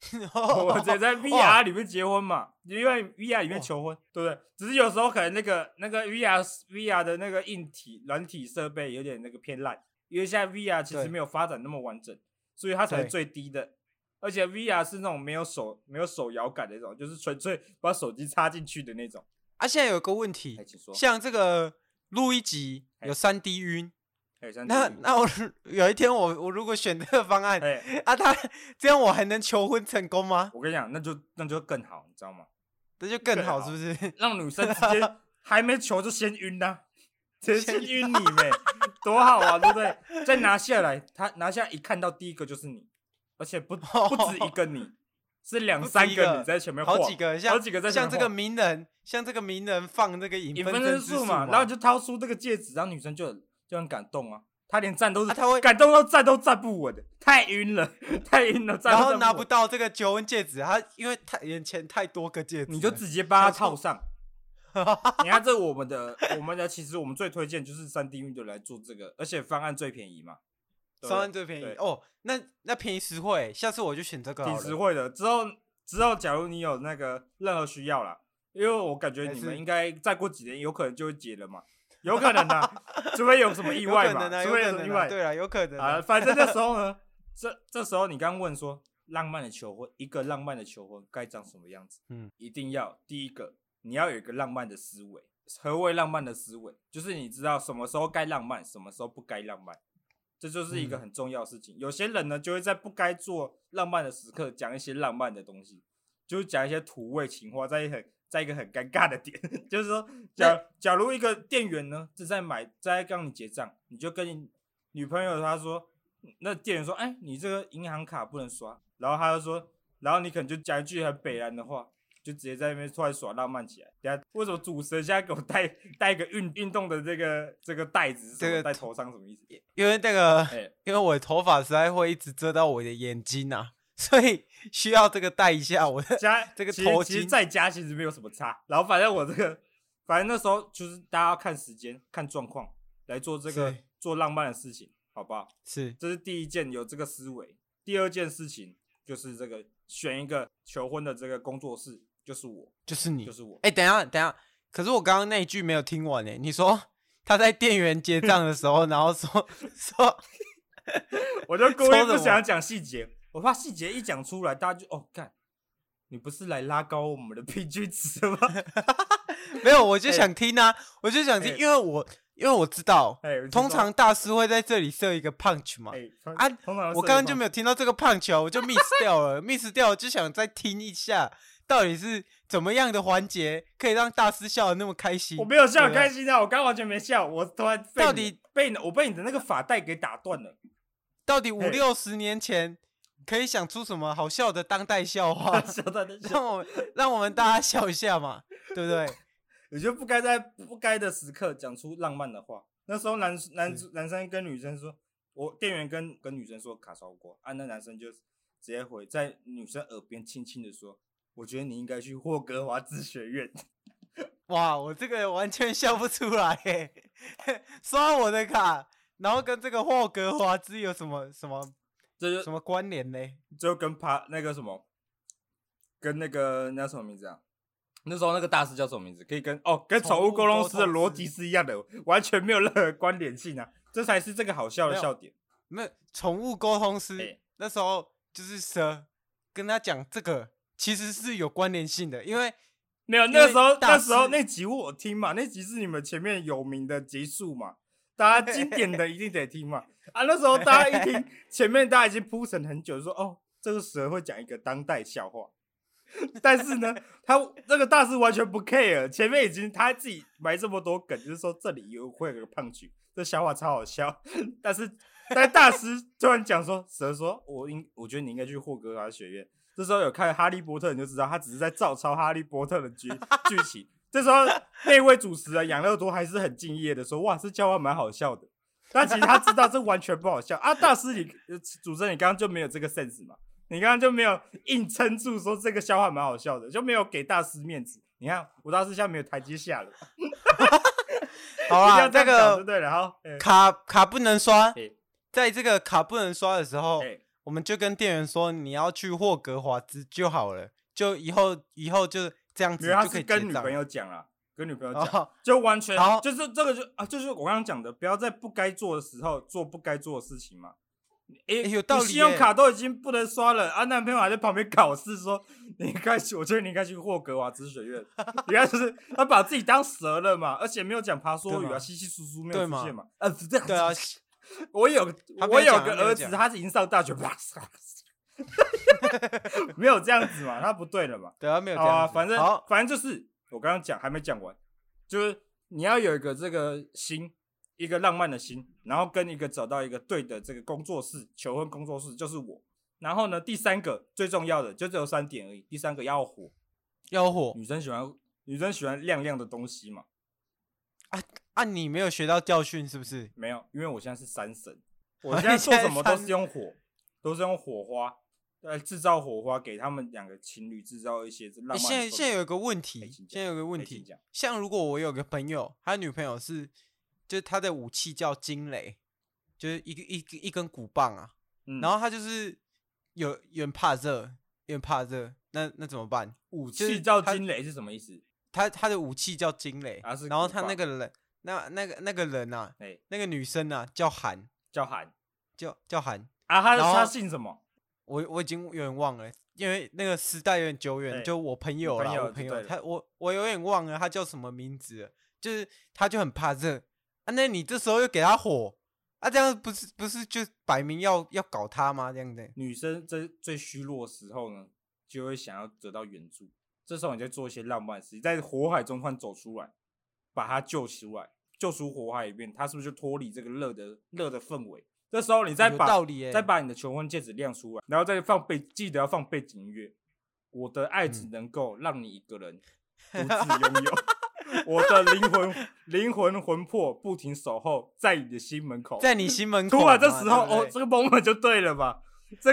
B: 我直接在 VR 里面结婚嘛，因为 VR 里面求婚，对不对？只是有时候可能那个那个 VR VR 的那个硬体软体设备有点那个偏烂，因为现在 VR 其实
D: 对
B: 没有发展那么完整，所以它才
D: 对
B: 是最低的。而且 VR 是那种没有手没有手摇感的那种，就是纯粹把手机插进去的那种。
D: 啊，现在有个问题
B: 哎，，请说。
D: 像这个录一集有
B: 哎
D: 三 D 晕，
B: 哎，三
D: 那
B: 弟
D: 那我 有一天我我如果选这个方案
B: 哎，
D: 啊，他这样我还能求婚成功吗？
B: 我跟你讲，那就那就更好，你知道吗？
D: 这就更
B: 更
D: 好，
B: 好
D: 是不是？
B: 让女生直 接还没球就先晕啦、直接先晕你呗，多好啊，对不对？再拿下来，他拿下一看到第一个就是你，而且不不止一个你，是两
D: 哦不止
B: 三
D: 一个
B: 个你在前面晃，
D: 好几个像
B: 好几个在前
D: 像
B: 面
D: 这个
B: 晃
D: 名人，像这个名人放那个影
B: 影
D: 分
B: 分身
D: 之
B: 术嘛，然后就掏出这个戒指，然后女生就很就很感动啊，她连站都是、
D: 啊她会
B: 感动到站都站不稳，太晕了，太晕了，站
D: 然
B: 都
D: 后
B: 站
D: 拿
B: 不
D: 不
B: 稳，
D: 到这个求婚戒指，他因为太眼前太多个戒指了，
B: 你就直接把它
D: 想说
B: 套 上。你看，这我们的我们的其实我们最推荐就是三 D 运的来做这个，而且方案最便宜嘛，对不对
D: 上岸最便宜
B: 对
D: 哦，那那便宜实惠，下次我就选这个好
B: 挺
D: 了。
B: 实惠的。之后之后，假如你有那个任何需要啦，因为我感觉
D: 还
B: 你
D: 是
B: 们应该再过几年有可能就会结了嘛，有可能的、 除非有什么意
D: 有
B: 外
D: 可
B: 嘛，
D: 能啊，有
B: 除非
D: 可
B: 什么意
D: 能
B: 外
D: 啊，对啊，有可能
B: 啊。
D: 啊。
B: 反正那时候呢， 这这时候你刚问说，浪漫的求婚，一个浪漫的求婚该长什么样子？
D: 嗯，
B: 一定要第一个，你要有一个浪漫的思维。何谓浪漫的思维？就是你知道什么时候该浪漫，什么时候不该浪漫，这就是一个
D: 嗯
B: 很重要的事情。有些人呢，就会在不该做浪漫的时刻讲一些浪漫的东西，就是讲一些土味情话，在一很在一个很尴尬的点， 就是说，假假如一个店员呢正在买，在让你结账，你就跟你女朋友她说，那店员说，哎，你这个银行卡不能刷，然后他就说，然后你可能就讲一句很北然的话。就直接在那边突然耍浪漫起来，等下为什么主持人现在给我带带一个运运动的这个这个袋子是什
D: 这
B: 么？
D: 个
B: 戴头上什么意思？
D: 因为那个，
B: 哎、
D: 因为我的头发实在会一直遮到我的眼睛啊，所以 需要这个戴一下我 的。
B: 加
D: 这个
B: 其实
D: 头
B: 其实
D: 巾
B: 在家其实没有什么差。然后反正我这个，反正那时候就是大家要看时间、看状况来做这个
D: 是
B: 做浪漫的事情，好不好？
D: 是
B: 这是第一件有这个思维。第二件事情就是这个选一个求婚的这个工作室，就是我，
D: 就是你
B: 就，是我。
D: 哎、等一下，等一下，可是我刚刚那一句没有听完呢、你说他在店员结账的时 候，然后说说
B: 我就故
D: 抽
B: 意
D: 什
B: 不
D: 么
B: 想讲细节，我怕细节一讲出来，大家就哦干。你不是来拉高我们的 平均值吗？
D: 没有，我就
B: 哎
D: 想听啊，我就想听，
B: 哎
D: 因为我因为我知道，
B: 哎、我知
D: 通
B: 道
D: 常大师会在这里设一个 punch 嘛。
B: 哎、通
D: 啊
B: 通常
D: 我刚刚就
B: 没。
D: 没有听到这个胖球，我就 miss 掉 了，miss 掉了就想再听一下，到底是怎么样的环节可以让大师笑得那么开心？
B: 我没有
D: 对
B: 笑很
D: 不对
B: 开心啊，我刚刚完全没笑，我突然被
D: 到
B: 你
D: 底
B: 被你我被你的那个发带给打断了。
D: 到底五
B: 嘿，
D: 六十年前可以想出什么好笑的当代笑话
B: 笑到那笑，
D: 让我们让我们大家笑一下嘛，对不对？
B: 你就不该在不该的时刻讲出浪漫的话。那时候男男男生跟女生说，我店员跟跟女生说卡烧锅，啊，那男生就直接回在女生耳边轻轻的说，我觉得你应该去霍格华兹学院。
D: 哇，我这个完全笑不出来 欸，刷我的卡，然后跟这个霍格华兹有什么什么
B: 这就
D: 什么关联呢？
B: 就跟爬那个什么，跟那个那叫什么名字啊？那时候那个大师叫什么名字？可以跟哦，跟宠
D: 宠
B: 物
D: 物
B: 沟通师的
D: 沟通
B: 逻
D: 师
B: 辑是一样的，完全没有任何关联性啊！这才是这个好笑的
D: 没有
B: 笑点。
D: 那宠物沟通师、
B: 哎
D: 那时候就是蛇跟他讲这个，其实是有关联性的，因 为
B: 没有，
D: 因
B: 那
D: 为
B: 时候
D: 大
B: 那时候
D: 师
B: 那集我听嘛，那集是你们前面有名的集数嘛，大家经典的一定得 听嘛。啊，那时候大家一听 前面，大家已经铺陈很久，说哦，这个蛇会讲一个当代笑话。 但是呢，他那个大师完全不 care，前面已经他自己埋这么多梗，就是说这里有会有个胖橘，这笑话超好笑。 但是，但大师突然讲说，蛇说，我应我觉得你应该去霍格华兹学院。这时候有看《哈利波特》，你就知道他只是在照抄《哈利波特》的剧剧情。这时候那位主持人养乐多还是很敬业的说：“哇，这教案蛮好笑的。”但其实他知道这完全不好笑啊！大师你，呃主持人，你刚刚就没有这个 sense 嘛？你刚刚就没有硬撑住说这个笑话蛮好笑的，就没有给大师面子。你看，我大师现在没有台阶下了，
D: 好
B: 一定
D: 啦，
B: 要这
D: 这
B: 样讲对
D: 个
B: 不对了？好，哎
D: 卡卡不能刷
B: 哎，
D: 在这个卡不能刷的时候，
B: 哎
D: 我们就跟店员说你要去霍格华兹就好了，就以后以后就这样子
B: 没有，他
D: 就可
B: 是
D: 以
B: 跟
D: 结
B: 女
D: 账
B: 朋
D: 了。
B: 友讲啦，跟女朋友讲，
D: 哦，
B: 就完全
D: 好
B: 就是这个就啊，就是我刚刚讲的，不要在不该做的时候做不该做的事情嘛。诶、
D: 诶有道理
B: 你信用
D: 耶
B: 卡都已经不能刷了，啊，男朋友还在旁边搞事说，你应该去，我觉得你应该去霍格华兹学院，你看就是他把自己当蛇了嘛，而且没有讲爬梭语
D: 对
B: 啊，
D: 嘛
B: 稀稀疏疏没有出
D: 对
B: 现
D: 嘛
B: 嘛，呃，这
D: 对啊，
B: 我有
D: 他没有
B: 我有
D: 讲
B: 个
D: 他没有
B: 儿子，
D: 讲
B: 他是已经上大学，啪嚓 没有这样子嘛，他不对了嘛。
D: 对啊，没有这
B: 好
D: 样
B: 啊，
D: 子
B: 反正
D: 好，
B: 反正就是我刚刚讲还没讲完，就是你要有一个这个心，一个浪漫的心，然后跟一个找到一个对的这个工作室，求婚工作室就是我，然后呢，第三个最重要的就只有三点而已，第三个要火。
D: 要火
B: 女生喜欢女生喜欢亮亮的东西嘛？
D: 啊！你没有学到教训是不是？
B: 没有，因为我现在是三神，
D: 哦
B: 我现在
D: 你
B: 做
D: 现在
B: 什么都
D: 三
B: 是 用火，都是用火花来制造火花，给他们两个情侣制造一些浪漫
D: 欸
B: 的氛围。
D: 现在现在有一个问题
B: 哎请，讲
D: 现在有一个问
B: 哎请
D: 题
B: 讲，
D: 像如果我有个朋友，他女朋友是，就是他的武器叫惊雷，就是一个一个一根鼓棒啊，
B: 嗯
D: 然后他就是有有点怕热，有点怕热，那那怎么办？
B: 武
D: 就是
B: 器叫
D: 他
B: 惊雷是什么意思？
D: 他他的武器叫惊雷，
B: 啊是
D: 然后
B: 鼓
D: 他那
B: 棒
D: 个人，那那个那个人啊，
B: 哎、
D: 那个女生啊叫韩，
B: 叫喊
D: 叫叫韩，
B: 啊，他
D: 然后
B: 他姓什么？
D: 我我已经有点忘了，因为那个时代有点久远，
B: 对
D: 就我朋友啦，
B: 朋友
D: 我
B: 就
D: 朋友
B: 对了
D: 他我我有点忘了他叫什么名字了，就是他就很怕热啊，那你这时候又给他火啊，这样不是不是就摆明要要搞他吗？这样子
B: 女生在最虚弱的时候呢，就会想要得到援助。这时候你就做一些浪漫的事情，在火海中突然走出来，把她救出来，救出火海里面，她是不是就脱离这个热的热的氛围？这时候你再
D: 有
B: 把
D: 道理耶、
B: 再把你的求婚戒指亮出来，然后再放背，记得要放背景音乐。我的爱
D: 嗯
B: 只能够让你一 个人独自拥有，我的灵魂灵魂魂魄不停守候在你的心门口。
D: 在你心门口
B: 突
D: 嘛，
B: 然这时
D: 对
B: 候，
D: 不
B: 哦，
D: 对
B: 这个 moment 就对了吧？这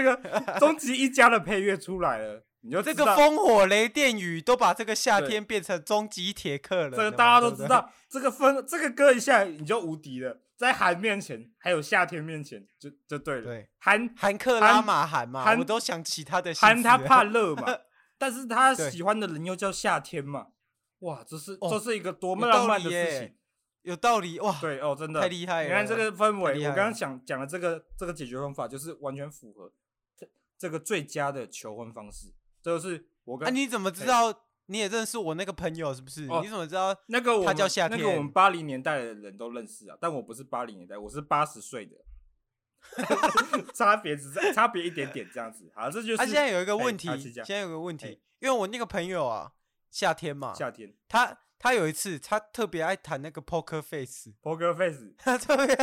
B: 个终极一家的配乐出来了，你就
D: 这
B: 知
D: 个
B: 道
D: 烽火雷电雨都把这个夏
B: 对
D: 天变成终极铁克了，
B: 这个
D: 对
B: 大
D: 吧
B: 家都
D: 对不
B: 知
D: 对
B: 道，这个分这个歌一下你就无敌了，在寒面前，还有夏天面前，就就对了
D: 对。
B: 寒
D: 韩克拉
B: 韩
D: 玛韩嘛，
B: 韩
D: 我都想起他的心
B: 寒
D: 思
B: 他
D: 了
B: 怕热嘛，但是他
D: 对
B: 喜欢的人又叫夏天嘛，哇，这是
D: 哦
B: 这是一个多
D: 有
B: 么
D: 道
B: 浪漫
D: 理
B: 的
D: 耶
B: 事情。
D: 有道理哇，
B: 对哦，真的
D: 太厉害了
B: 你看这个氛
D: 太厉
B: 围，
D: 害
B: 我
D: 了
B: 刚刚想讲的这个这个解决方法，就是完全符合这这个最佳的求婚方式。这就是我
D: 啊，
B: 跟
D: 你怎么知
B: 哎
D: 道？你也认识我那个朋友是不是？
B: 哦
D: 你怎么知道？
B: 那个我
D: 他
B: 们
D: 叫夏
B: 那个
D: 天
B: 我们八零年代的人都认识啊，但我不是八零年代，我是八十岁的， 差别只是差别一点点这样子。好，这就是
D: 他、现在有一个
B: 哎
D: 问
B: 啊
D: 题，
B: 是这
D: 现在
B: 样
D: 有个问题
B: 哎，
D: 因为我那个朋友啊，夏天嘛，
B: 夏天
D: 他他有一次他特别爱弹那个 Poker Face，
B: poker face，
D: 他特别，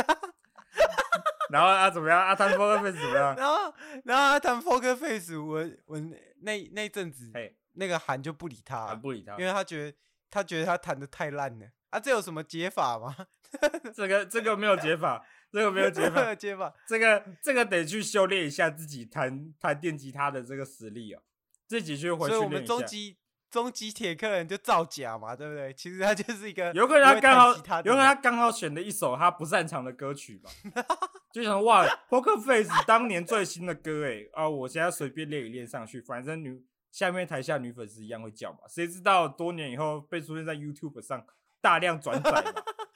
B: 然后啊怎么样啊？他的 poker face 怎么样？
D: 然后然后他弹 Poker Face，我我那那一阵子
B: 哎，
D: 那个韩就不理他
B: 啊
D: 了，
B: 不理他
D: 因，为他觉得他觉得他弹的太烂了啊，这有什么解法吗？
B: 这个这个没有解法，这个没有解 法，
D: 解法，
B: 这个这个得去修炼一下自己弹弹电吉他的这个实力哦，自己去回
D: 所以我
B: 去练
D: 们
B: 一
D: 终
B: 下。
D: 极终极铁克人就造假嘛，对不对？其实他就是一个
B: 有可能他
D: 不会弹
B: 刚好
D: 吉他，的
B: 有可能
D: 人
B: 他刚好选了一首他不擅长的歌曲吧，就想哇，Poker Face 当年最新的歌哎啊，我现在随便练一练上去，反正女下面台下女粉丝一样会叫嘛，谁知道多年以后被出现在 YouTube 上大量转载嘛，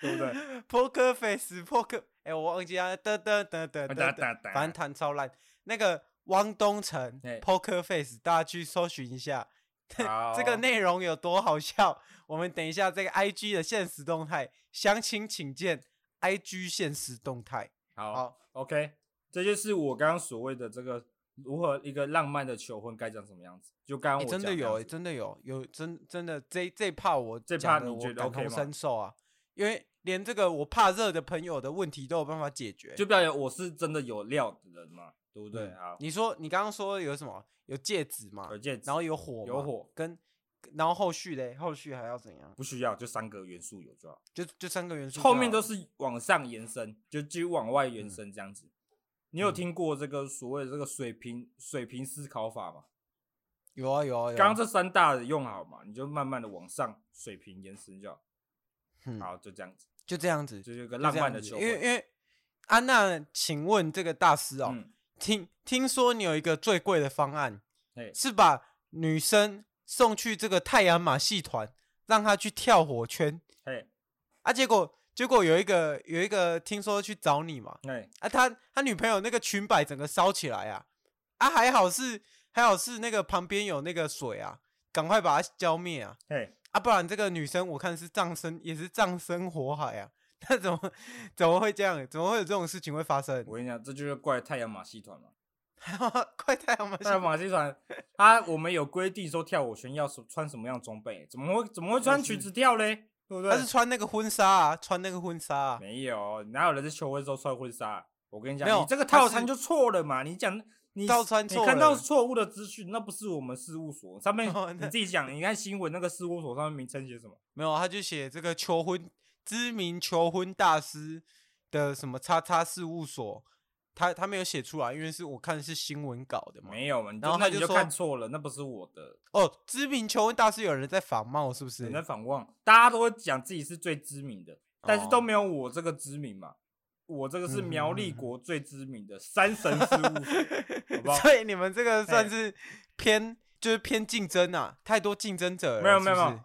B: 对 不对？
D: Poker Face Poker，哎、我忘记啊，噔噔噔噔噔
B: 哒哒
D: 噔，
B: 哒
D: 反正弹超烂。那个汪东城
B: 哎
D: Poker Face，大家去搜寻一下，这
B: 这
D: 个内容有多好笑。我们等一下这个 IG 的现实动态，详情请见 IG 现实动态。
B: 好
D: 好，
B: OK，这就是我刚刚所谓的这个如何一个浪漫的求婚该长什么样子，就刚刚
D: 哎
B: 我
D: 真的
B: 讲
D: 有、
B: 样
D: 哎
B: 子
D: 真的有，有真真的这这怕我
B: 这
D: 讲
B: 怕
D: 得
B: 你觉
D: 我
B: 得
D: 感
B: OK
D: 同
B: 吗
D: 身受啊，因为连这个我怕热的朋友的问题都有办法解决。
B: 就表演我是真的有料的人嘛，对不对？
D: 嗯
B: 好，
D: 你说你刚刚说有什么？有戒指嘛？
B: 有戒指
D: 然后有火嘛，
B: 有火
D: 跟然后后续嘞，后续还要怎样？
B: 不需要，就三个元素有就好，
D: 就就三个元素就好
B: 后
D: 了，
B: 面都是往上延伸，就继续往外延伸这样子。你有
D: 嗯
B: 听过这个所谓的这个水平水平思考法吗？
D: 有啊有啊有啊。
B: 刚刚这三大的用好嘛，你就慢慢的往上水平延伸就好。
D: 嗯
B: 好，就这样子，
D: 就这样子，
B: 这
D: 就
B: 就一个
D: 这
B: 浪漫
D: 样
B: 的
D: 子
B: 求
D: 因为
B: 婚。
D: 因为安娜，请问这个大师哦，
B: 嗯，
D: 听听说你有一个最贵的方案，
B: 哎，
D: 是把女生送去这个太阳马戏团，让她去跳火圈
B: 嘿，
D: 啊？结果结果有一个有一个听说去找你嘛，
B: 哎，
D: 啊，他他女朋友那个裙摆整个烧起来啊，啊还好是还好是那个旁边有那个水啊，赶快把它浇灭啊，
B: 嘿。
D: 啊不然这个女生我看是葬身也是葬身火海啊， 那怎么怎么会这样？怎么会有这种事情会发生？
B: 我跟你讲，这就是怪太阳马戏团嘛。
D: 快太阳马戏
B: 太阳马 戏团，它我们有规定说跳舞圈要什穿什么样的装备，怎么会怎么会穿裙子跳嘞？对不对
D: 他？是穿那个婚纱啊，穿那个婚纱啊，
B: 没有，哪有人在求婚的时候穿婚纱？我跟你讲，
D: 没有
B: 你这个套
D: 他是
B: 餐就错了嘛！你讲你
D: 照穿
B: 你
D: 错
B: 看到
D: 了
B: 错误的资讯，那不是我们事务所 上面
D: 哦
B: 你
D: 那
B: 自己讲，你看新闻那个事务所上面名称写什么？
D: 没有，他啊就写这个求婚知名求婚大师的什么叉叉事务所，他他没有写出来，因为是我看是新闻稿的嘛。
B: 没有嘛，你
D: 嗯
B: 就
D: 然后
B: 那
D: 他
B: 你
D: 就
B: 就
D: 说
B: 看错了，那不是我的，
D: 哦，知名求婚大师有人在仿冒，是不
B: 你
D: 是？
B: 在反望，大家都会讲自己是最知名的，但是
D: 哦
B: 都没有我这个知名嘛。我这个是
D: 嗯哼
B: 苗栗
D: 嗯哼
B: 国最知名的三神事务 所，好不好？
D: 所以你们这个算
B: 哎
D: 是偏就是偏竞争啊，太多竞争者了。
B: 没有
D: 是
B: 没有
D: 不
B: 没
D: 是
B: 有，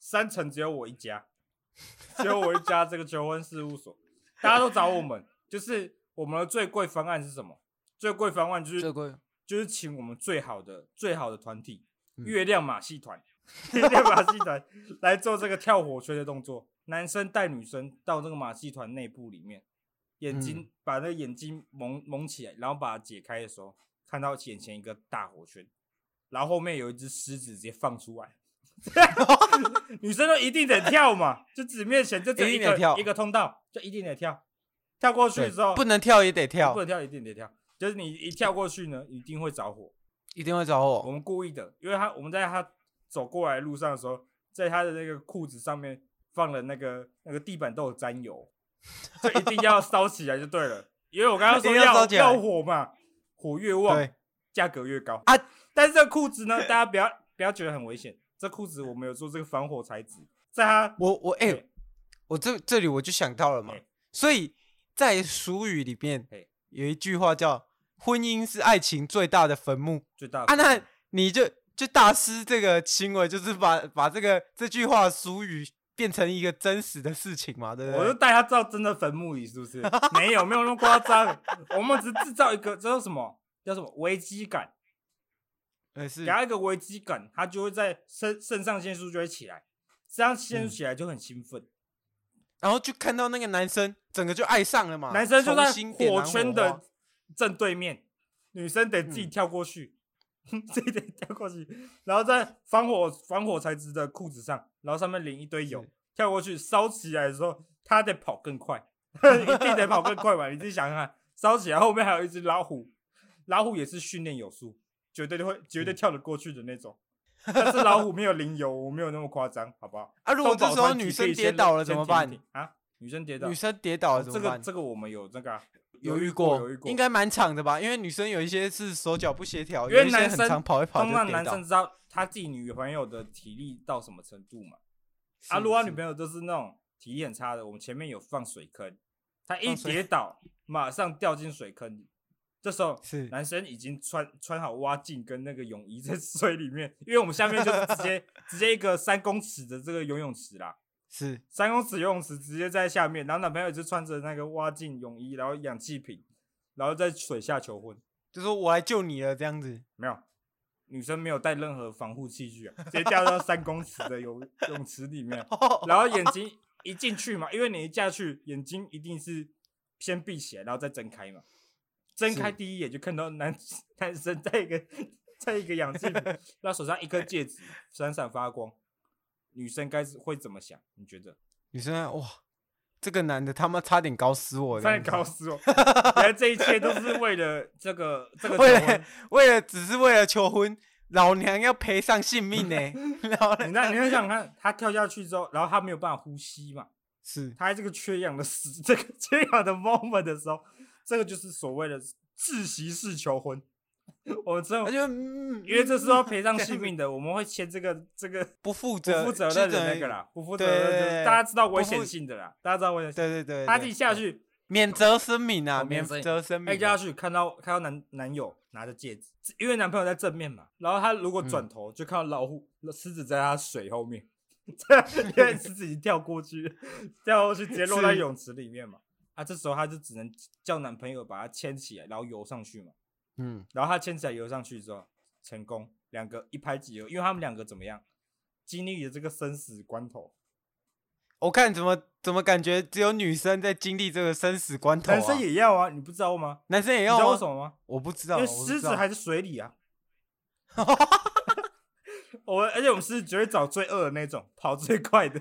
B: 三层只有我一家， 只有我一家这个求婚事务所，大家都找我们，就是我们的最贵方案是什么？最贵方案就是
D: 这个
B: 就是请我们最好的最好的团体、
D: 嗯
B: 月亮马戏团， 月亮马戏团来做这个跳火圈的动作，男生带女生到这个马戏团内部里面，眼睛、
D: 嗯
B: 把那个眼睛蒙蒙起来，然后把它解开的时候，看到眼前一个大火圈，然后后面有一只狮子直接放出 来。女生都一定得跳嘛，就纸面前就只有
D: 一
B: 一
D: 定得
B: 个
D: 跳
B: 一个通道，就一定得跳，跳过去
D: 对
B: 之后
D: 不能跳也得跳
B: 不，能跳一定得跳，就是你一跳过去呢，一定会着火。
D: 一定会找
B: 我
D: 我。
B: 们故意的，因为他我们在他走过来的路上的时候，在他的那个裤子上面放了那个那个地板都有 沾油，就一定要烧起来就对了。因为我刚刚 说
D: 一定要
B: 要
D: 烧起来
B: 要火嘛，火越旺
D: 对，
B: 价格越高
D: 啊。
B: 但是这裤子 呢，大家不要不要觉得很危险，这裤子我们有做这个防火材质，在它
D: 我我哎、
B: 对
D: 我这这里我就想到了嘛
B: 哎，
D: 所以在俗语里面
B: 哎
D: 有一句话叫“婚姻是爱情最大的坟墓
B: 最”大的
D: 啊，那你就就大师这个行为就是把把这个这句话俗语变成一个真实的事情嘛，对不
B: 我就
D: 对？
B: 带他到真的坟墓里，是 不是？没有，没有那么夸张。我们只制造一个，这叫什么？叫什么危机感？
D: 呃是
B: 给他一个危机感，他就会在肾肾上腺素就会起来，肾上腺素起来就很兴奋。
D: 然后就看到那个男生，整个就爱上了嘛。
B: 男生就在
D: 啊重新点燃
B: 火
D: 火
B: 圈
D: 花嗯
B: 的正对面，女生得自己跳过去， 自己得跳过去，然后在防火防火材质的裤子上，然后上面淋一堆油
D: 是，
B: 跳过去烧起来的时候，他得跑更 快，一定得跑更快吧？你自己想想看，烧起来后面还有一只老虎，老虎也是训练有素，绝对
D: 嗯
B: 会绝对跳得过去的那种。但是老虎没有淋油，我没有那么夸张，好不好？
D: 啊，如果这
B: 动保
D: 时候
B: 团体
D: 女
B: 可
D: 生
B: 以
D: 跌
B: 先
D: 倒了
B: 先
D: 怎么
B: 停一
D: 办
B: 停？啊？女生跌倒，
D: 女生跌倒了怎
B: 这
D: 么
B: 个
D: 办？
B: 这个我们有那个啊
D: 有遇
B: 过，有遇过，
D: 应该蛮长的吧？因为女生有一些是手脚不协调，
B: 因为
D: 有一些
B: 男
D: 很
B: 生
D: 常跑一跑
B: 通
D: 就
B: 让
D: 跌
B: 男
D: 倒
B: 生。知道他自己女朋友的体力到什么程度嘛。
D: 是
B: 啊，如果他
D: 是
B: 女朋友都是那种体力很差的，我们前面有放水坑，他一
D: 放水
B: 跌倒马上掉进水坑里，这时候
D: 是
B: 男生已经穿穿好蛙镜跟那个泳衣在水里面，因为我们下面就是直接直接一个三公尺的这个游泳池啦。
D: 是
B: 三公尺游泳池直接在下面，然后男朋友就穿着那个蛙镜泳衣，然后氧气瓶，然后在水下求婚。
D: 就说我来救你了这样子，
B: 没有，女生没有带任何防护器具啊，直接掉到三公尺的游泳池里面，
D: 哦
B: 然后眼睛一进去嘛，因为你一下去，眼睛一定是先闭起来，然后再睁开嘛。睁开
D: 是
B: 第一眼就看到男 男生在一个在一个氧气瓶，然后手上一颗戒指闪闪发光，女生该是会怎么想？你觉得？
D: 女生啊哇，这个男的他妈差点搞死我，
B: 差点搞，死我！原来这一切都是为了这个这个
D: 为
B: 求婚
D: 了。为了只是为了求婚，老娘要赔上性命 呢、然后呢
B: 你那你要想想看，他跳下去之后，然后他没有办法呼吸嘛，
D: 是
B: 他在这个缺氧的时， 这个缺氧的 moment 的时候，这个就是所谓的窒息式求婚。 我们之后
D: 他，就嗯
B: 因为这是要赔上
D: 这样
B: 性
D: 子
B: 命的，我们会签这个 这个
D: 不负
B: 不
D: 责
B: 负责
D: 就
B: 任的
D: 等
B: 那个
D: 于
B: 啦，不负责任
D: 对
B: 的，大家知道危
D: 不负
B: 险性的啦，大家知道危险性。
D: 对对对，
B: 他
D: 对
B: 自己下去，
D: 免责声明啊，
B: 哦
D: 免
B: 免责
D: 责声明
B: 哎，
D: 啊，
B: 掉下去看到看到男男友拿着戒指，因为男朋友在正面嘛，然后他如果
D: 嗯
B: 转头就看到老虎、狮子在他水后面， 因为狮子已经跳过去了，跳过去直接落在
D: 是
B: 泳池里面嘛。啊，这时候他就只能叫男朋友把他牵起来，然后游上去嘛。
D: 嗯，
B: 然后他牵起来游上去之后成功，两个一拍即合，因为他们两个怎么样，经历了这个生死关头，
D: 我看怎么怎么感觉只有女生在经历这个生死关头、啊，啊
B: 男生也要啊，你不知道吗？
D: 男生也
B: 你
D: 要
B: 知道
D: 吗
B: 为什么吗？
D: 我不知
B: 因
D: 道，
B: 为
D: 我不
B: 狮
D: 知
B: 子
D: 道
B: 还是水 里啊。 我们而且我们狮子绝对找最饿的那种， 跑最快的，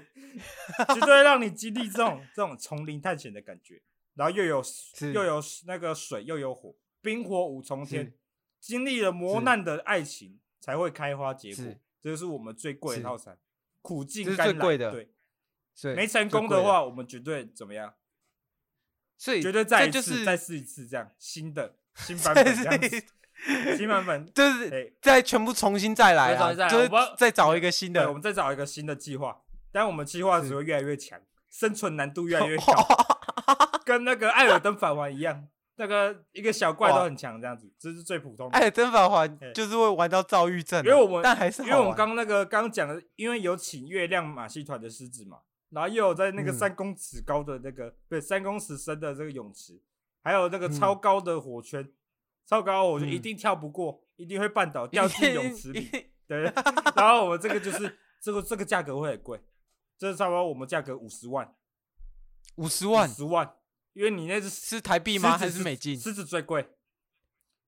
B: 绝对会让你经历这种这种丛林探险的感觉，然后又有
D: 是
B: 又有那个水，又有火，冰火五重天
D: 是，
B: 经历了磨
D: 是
B: 难的爱情才会开花结果
D: 是，
B: 这就是我们最贵的
D: 是
B: 套餐，苦尽
D: 这是
B: 甘
D: 最
B: 来。
D: 贵的
B: 对，
D: 所以
B: 没成功
D: 最
B: 的
D: 贵，
B: 话，我们绝对怎么样？
D: 所以
B: 绝对再
D: 这
B: 一
D: 就
B: 次，
D: 是
B: 再试一次，这样新的新版本这样子，新版本。哎
D: 就是
B: 对，
D: 再全部重新再来
B: 再重
D: 啊，
B: 新再来
D: 就是
B: 我们
D: 再找一个新
B: 对，我
D: 的。
B: 们再找一个新的计划，但我们计划只会越来越强，生存难度 越来越高，跟那个《艾尔登法环》一样，那个一个小怪
D: 哇
B: 都很强，这样子，这是最普通的。
D: 哎，真法环
B: 对
D: 就是会玩到躁郁症啊，
B: 因为我们
D: 但还是
B: 因为我们
D: 好玩
B: 刚刚那个刚刚讲的，因为有请月亮马戏团的狮子嘛，然后又有在那个
D: 嗯
B: 三公尺高的那个，不是三公尺深的这个泳池，还有那个
D: 嗯
B: 超高的火圈，超高的火圈一
D: 嗯
B: 定跳不过，一定会 绊倒掉进泳池里。
D: 里。
B: 对， 然后我们这个就是这个这个价格会很贵，这是差不多我们价格五十万，
D: 五十
B: 五
D: 万
B: 十万，因为你那只狮
D: 是台币吗？
B: 狮子
D: 还是美金？
B: 狮子 最贵。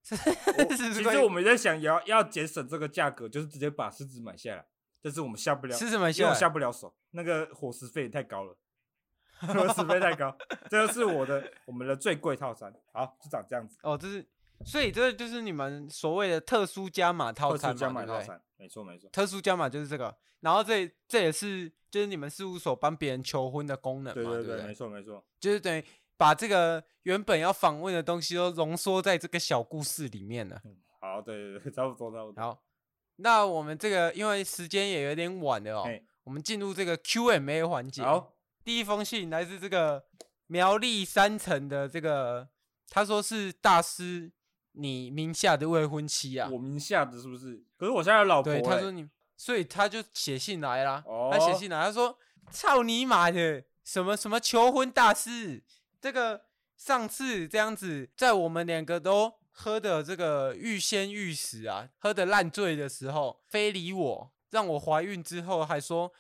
D: 其
B: 其实我们在想也要要节省这个价格，就是直接把狮子买下来，但是我们下不了，
D: 狮子买啊
B: 因为
D: 下
B: 我下
D: 来，
B: 不了手，那个伙食费也太高了，伙食费太高，这就是我的我们的最贵套餐。好，就长这样子，
D: 哦，这是，所以这就是你们所谓的特殊加码套
B: 特
D: 餐
B: 殊
D: 嘛，
B: 加买
D: 对不
B: 套
D: 对
B: 餐，没错没错，
D: 特殊加码就是这个，然后这这也是就是你们事务所帮别人求婚的功能
B: 对
D: 嘛，
B: 对
D: 不对？
B: 没错没错，
D: 就是等于把这个原本要访问的东西都浓缩在这个小故事里面
B: 嗯
D: 了。
B: 好，对对对， 差不多差不多。
D: 好，那我们这个因为时间也有点晚了哦
B: 嘿，
D: 我们进入这个 Q&A 环节。哦
B: 好，
D: 第一封信来自这个苗栗三城的这个，他说是大师你名下的未婚妻啊
B: 我，名下的是不是？可是我现在有老婆、欸，
D: 对，他说你，所以他就写信来啦，
B: 哦
D: 他写信来，他说操你妈的，什么什么求婚大师，这个上次这样子，在我们两个都。喝的这个欲仙欲死啊，喝的烂醉的时候，非礼我，让我怀孕之后还说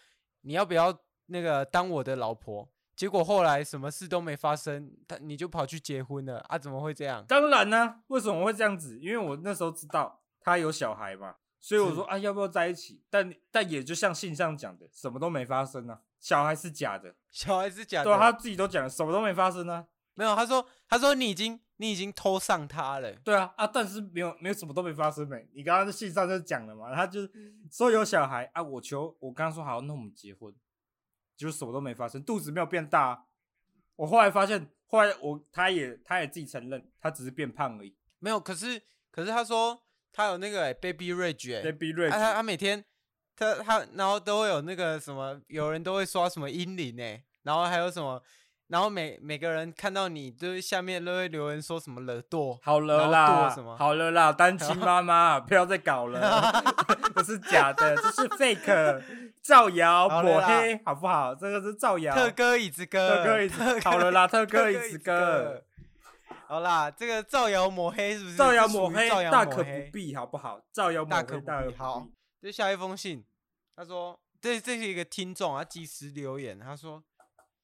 D: 你要不要那个当我的老婆？结果后来什么事都没发生，他你就跑去结婚了啊？怎么会这样？
B: 当然呢、为什么会这样子？因为我那时候知道他有小孩嘛，所以我说啊，要不要在一起？但但也就像信上讲的，什么都没发生啊，小孩是假的，
D: 小孩是假的，
B: 对啊、他自己都讲了，什么都没发生啊，
D: 没有，他说他说你已经你已经偷上他了，
B: 对啊啊，但是没有没有什么都没发生没、欸你刚刚在信上就讲了嘛，他就
D: 嗯
B: 说有小孩啊，我求我刚刚说好，那我们结婚，就是什么都没发生，肚子没有变大啊、我后来发现，后来我他也他也自己承认，他只是变胖而已。
D: 没有。可是可是他说他有那个、欸、baby rage，、
B: 在
D: 欸、
B: 逼瑞
D: 啊、他他每天他他然后都会有那个什么，有人都会刷什么阴灵哎、然后还有什么，然后每每个人看到你就是下面都会留言说什么惹惰，
B: 好了
D: 然后
B: 啦
D: 剁什么，
B: 好了啦，单亲妈妈，不要再 搞了，这是假的，这是 fake，造 谣
D: 好
B: 抹
D: 了啦
B: 黑，好不好？这个是造谣。
D: 特哥椅子哥，
B: 特哥椅子，好 了啦，特哥椅子哥，。
D: 好啦，这个造谣抹黑是不是？
B: 造谣
D: 这属于
B: 抹黑
D: 造谣
B: 大
D: 抹
B: 可
D: 黑
B: 不必，好不好？造谣抹
D: 大
B: 黑
D: 可不
B: 大可
D: 必。好，这下一封信，他说这这是一个听众啊，及时留言，他说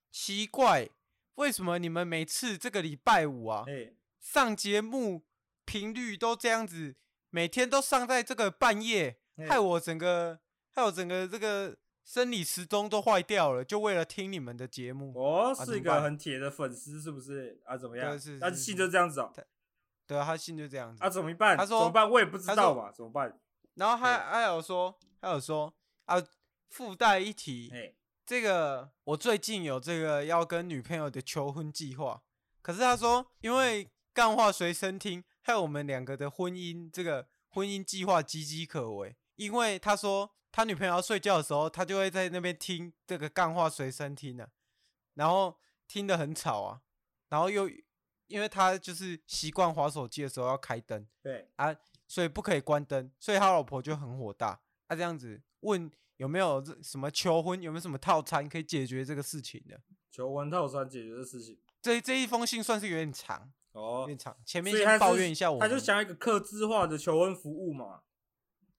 D: 奇怪，为什么你们每次这个礼拜五啊
B: 哎，
D: 上节目频率都这样子，每天都上在这个半夜，
B: 哎
D: 害我整个害我整个这个生理时钟都坏掉了，就为了听你们的节目。
B: 我
D: 啊怎么
B: 是一个
D: 办
B: 很铁的粉丝，是不是？啊，怎么样
D: 对是？
B: 那
D: 是
B: 信
D: 是
B: 就这样子哦。
D: 对啊，他信就这样子
B: 啊，。怎么办？
D: 他
B: 怎
D: 说
B: 么办？我也不知
D: 他
B: 道
D: 说
B: 嘛，怎么办？
D: 然后还
B: 对
D: 还有说，还有说啊，附带一提，
B: 哎，
D: 这个我最近有这个要跟女朋友的求婚计划，可是他说因为干话随身听，害我们两个的婚姻这个婚姻计划岌岌可危。因为他说他女朋友要睡觉的时候，他就会在那边听这个干话随身听呢、然后听得很吵啊，然后又因为他就是习惯划手机的时候要开灯，
B: 对，
D: 啊，所以不可以关灯，所以他老婆就很火大。啊，这样子问有没有这什么求婚，有没有什么套餐可以解决这个事情的？
B: 求婚套餐解决的事情。
D: 这这一封信算是有点长，
B: 哦
D: 有，点长。前面
B: 所以
D: 先
B: 他
D: 抱
B: 是
D: 怨一下我
B: 他就
D: 们
B: 想要一个客制化的求婚服务嘛。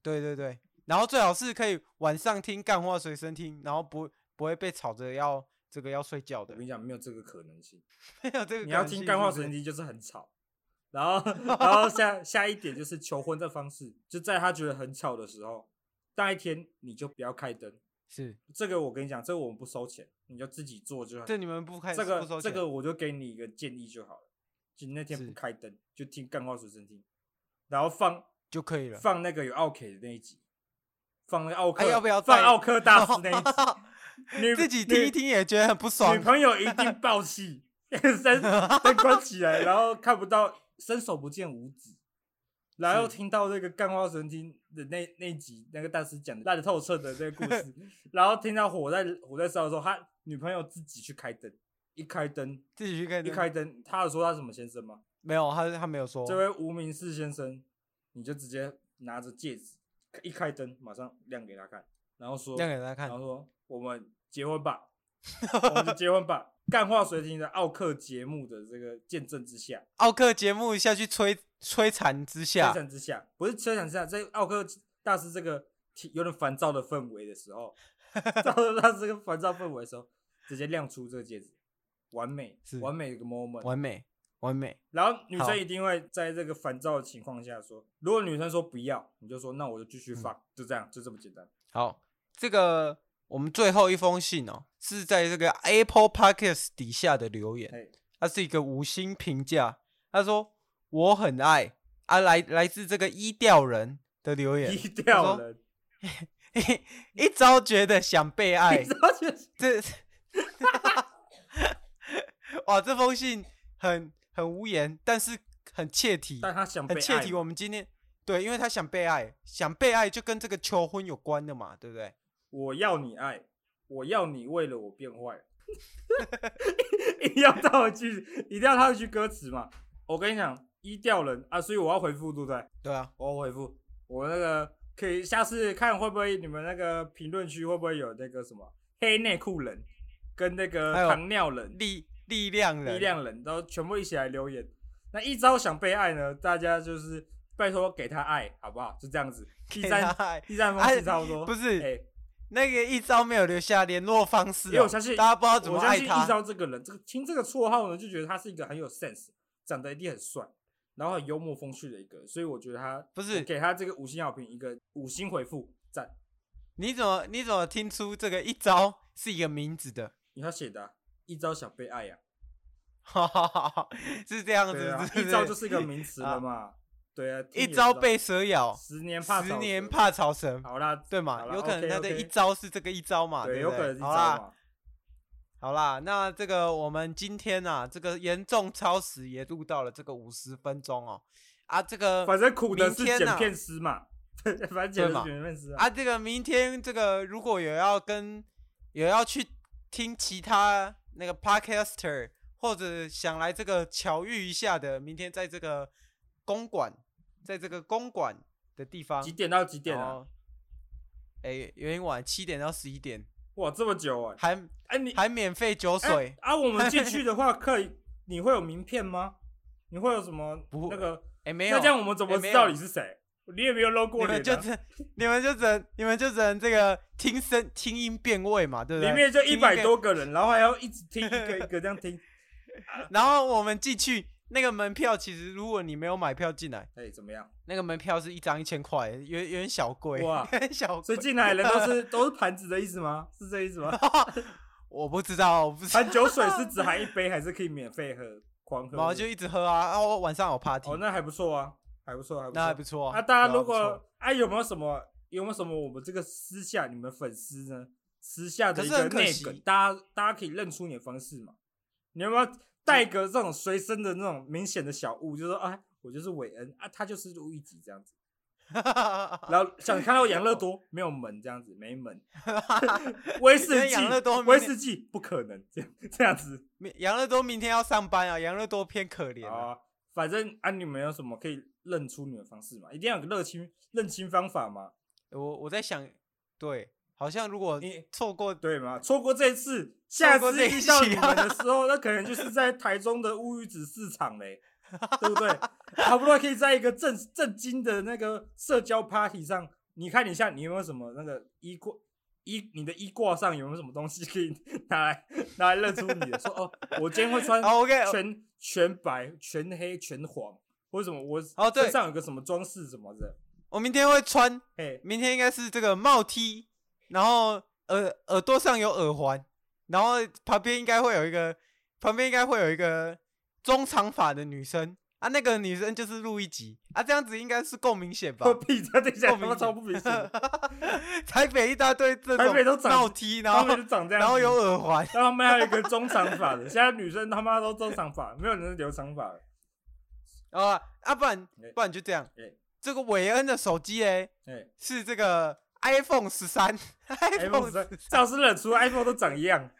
D: 对对对，然后最好是可以晚上听干话随身听，然后不不会被吵着要这个要睡觉
B: 我
D: 的
B: 跟。你讲，没有这个可能性。
D: 没 有这个
B: 你要
D: 可能
B: 听
D: 性
B: 干
D: 是
B: 话
D: 不是
B: 神经就是很吵，然后然后下下一点就是求婚的方式，就在他觉得很吵的时候，那一天你就不要开灯。
D: 是，
B: 这个我跟你讲，这个我们不收钱，你就自己做就好。
D: 这你们不开
B: 这
D: 不
B: 个
D: 收
B: 这
D: 钱
B: 个我就给你一个建议就好了，就那天
D: 是
B: 不开灯，就听干话随身听。然后放
D: 就可以了。
B: 放那个有奥 K 的那一集，放那个奥克、
D: 哎啊要不要
B: 放
D: 再
B: 奥克大师那一集？ 女
D: 自己听一
B: 女
D: 听也觉得很不爽
B: 女。朋友一定爆气， 灯灯关起来，然后看不到，伸手不见五指，然后
D: 是
B: 听到那个干花神听的那那一集那个大师讲的烂透彻的那个故 事，然后听到火在火在烧的时候，他女朋友自己去开灯，一开灯
D: 自己去看
B: 一
D: 的。
B: 开灯，他有说他是什么先生吗？
D: 没有，他他没有说。
B: 这位无名氏先生，你就直接拿着戒指，一开灯马上亮给他看，然后说
D: 亮给大家
B: 然
D: 看
B: 后，说我们结婚吧，我们就结婚吧。干话随听的奥克节目的这个见证之下，
D: 奥克节目下去摧摧残之
B: 摧
D: 下，
B: 残之下，不是摧残之下，在奥克大师这个挺有点烦躁的氛围的 时候，造成他这个烦躁氛围的时候，直接亮出这个戒指，完美
D: 是，
B: 完美的一个 moment。
D: 完美完美。
B: 然后女
D: 好
B: 生一定会在这个烦躁的情况下说，如果女生说不要，你就说那我就继
D: 嗯
B: 续放，就这样，就这么简单。
D: 好，这个我们最后一封信哦，是在这个 Apple Podcast 底下的留言，
B: 哎，
D: 它是一个五星评价。他说我很爱啊，来来自这个一调人的留言，
B: 低调
D: 他
B: 了，
D: 一招觉得想被爱
B: 你知，道就是
D: 这， 哇，这封信很很无言，但是很切题，
B: 但他想被
D: 很切
B: 爱
D: 题。
B: 嘛，
D: 我们今天对，因为他想被爱，想被爱就跟这个求婚有关的嘛，对不对？
B: 我要你爱，我要你为了我变坏， 一定要套一句，一定要套一句歌词嘛。我跟你讲，一调人啊，所以我要回复，对不对？
D: 对啊，
B: 我要回复，我那个可以下次看会不会你们那个评论区会不会有那个什么黑内裤人跟那个
D: 还有
B: 糖尿人、
D: 力力量人，
B: 力量人，都全部一起来留言。那一招想被爱呢，大家就是拜托给他爱，好不好？就这样子。第三
D: 他爱
B: 第三封
D: 哎
B: 信差不多，
D: 不是
B: 哎、
D: 那个一招没有留下联络方式哦、
B: 因为我相信
D: 大家不知道怎么
B: 我相
D: 爱
B: 信一
D: 他。
B: 招这个人，这个听这个绰号呢，就觉得他是一个很有 sense，长得一定很帅，然后很幽默风趣的一个，所以我觉得他
D: 不是
B: 我给他这个五星好评，一个五星回复赞，
D: 你怎么你怎么听出这个一招是一个名字的？
B: 你要写的啊、一招想被 爱呀、啊
D: 哈哈哈哈，是这样子，
B: 对啊，
D: 是不是
B: 一招就是一个名词了嘛，对啊，听
D: 一
B: 也知
D: 招
B: 道
D: 被蛇咬，
B: 十年怕
D: 十
B: 草
D: 年
B: 蛇
D: 怕草绳，
B: 好啦，
D: 对嘛
B: 好？啦
D: 有可能他的
B: OK，OK
D: 一招是这个一招嘛，
B: 对，
D: 不
B: 有可能是一招
D: 好啦，
B: 嘛，
D: 好啦，那这个我们今天啊，这个严重超时也录到了这个五十分钟哦，啊，这个
B: 反正苦的是
D: 明天啊
B: 剪片师嘛， 反正剪
D: 对
B: 的
D: 嘛
B: 是剪片师啊，
D: 啊，这个明天这个如果有要跟有要去听其他那个 podcaster 或者想来这个巧遇一下的，明天在这个公馆，在这个公馆的地方
B: 几点到几点
D: 然
B: 啊？
D: 后？哎、有点晚，七点到十一点，
B: 哇，这么久啊！
D: 还
B: 哎，你
D: 还免费酒水
B: 哎，啊，我们进去的话，可以，你会有名片吗？你会有什么
D: 不
B: 那个？
D: 哎、没有。
B: 那这样我们怎
D: 哎
B: 么
D: 没
B: 知道
D: 有
B: 你是谁？你也没有露过
D: 你
B: 脸啊，
D: 们就只你们就只能你们就只能这个听声听音辨位嘛，对不对？
B: 里面就
D: 听
B: 一
D: 音
B: 百
D: 辨
B: 多 个人，然后还要一直听一个一个这样听。
D: 然后我们进去，那个门票其实如果你没有买票进来，
B: 哎，怎 么样？
D: 那个门票是一张一千块，有有点小贵，
B: 哇
D: 有点小
B: 所
D: 贵
B: 以。进来的人都是都是盘子的意思吗？是这意 思吗？
D: 我不知道，我不知道，
B: 含酒水是只含一杯，还是可以免费喝，狂 喝
D: 然后
B: 的？
D: 就一直喝啊。然后晚上有 party，、
B: 哦，那还不错啊，还不错，还不错，
D: 那还不错
B: 啊，大
D: 对
B: 家
D: 啊不
B: 如
D: 错
B: 果哎、有没有什么有没有什么我们这个私下你们粉丝呢私下的
D: 可
B: 一
D: 是很
B: 个
D: 可
B: 内
D: 惜
B: 梗，大家大家可以认出你的方式嘛？你要不要带个这种随身的那种明显的小物，就说哎，我就是韦恩啊，他就是路易吉这样子。
D: 啊
B: 然后想看到养
D: 哦
B: 乐多没有门这样子，没门。威士
D: 跟
B: 忌，
D: 养乐多
B: 威
D: 明
B: 士忌不可能这样这样子
D: 明杨乐多明天要上班啊，杨乐多偏可怜、啊。
B: 啊。反正啊，你们有什么可以认出你的方式嘛？一定要有个认清认清方法嘛。
D: 我我在想，对，好像如果
B: 你
D: 错过
B: 对嘛？错过这一次，下
D: 错过
B: 次
D: 这一
B: 遇到
D: 期啊
B: 你们的时候，那可能就是在台中的乌鱼子市场嘞，对不对？好不容易可以在一个正正经的那个社交 party 上，你看一下你有没有什么那个衣挂衣，你的衣挂上有没有什么东西可以拿来拿来认出你的？说哦，我今天会穿
D: 啊，OK，
B: 全全白、全黑、全黄，或者什么我
D: 哦对
B: 身上有个什么装饰什么的，
D: 我明天会穿，
B: 嘿，
D: 明天应该是这个帽 T，然后耳耳朵上有耳环，然后旁边应该会有一个，旁边应该会有一个中长发的女生，啊，那个女生就是录一集啊，这样子应该是够明 显吧？
B: 屁！他等一下
D: 够
B: 他
D: 明
B: 妈
D: 显，
B: 超不明显，
D: 台北一大堆这
B: 台北都
D: 种
B: 长
D: 闹踢，然
B: 他们
D: 后
B: 就长这样，
D: 然后有，耳环，
B: 然后他们还有一个中长发的，现在女生他妈都中长发，没有人是留长发的。
D: 啊啊，不然
B: 哎
D: 不然就这样
B: 哎。
D: 这个韦恩的手机哎，
B: 哎
D: 是这个 iPhone 十三
B: ，iPhone
D: 哎，iPhone
B: 三，赵师忍出 iPhone 都长一样，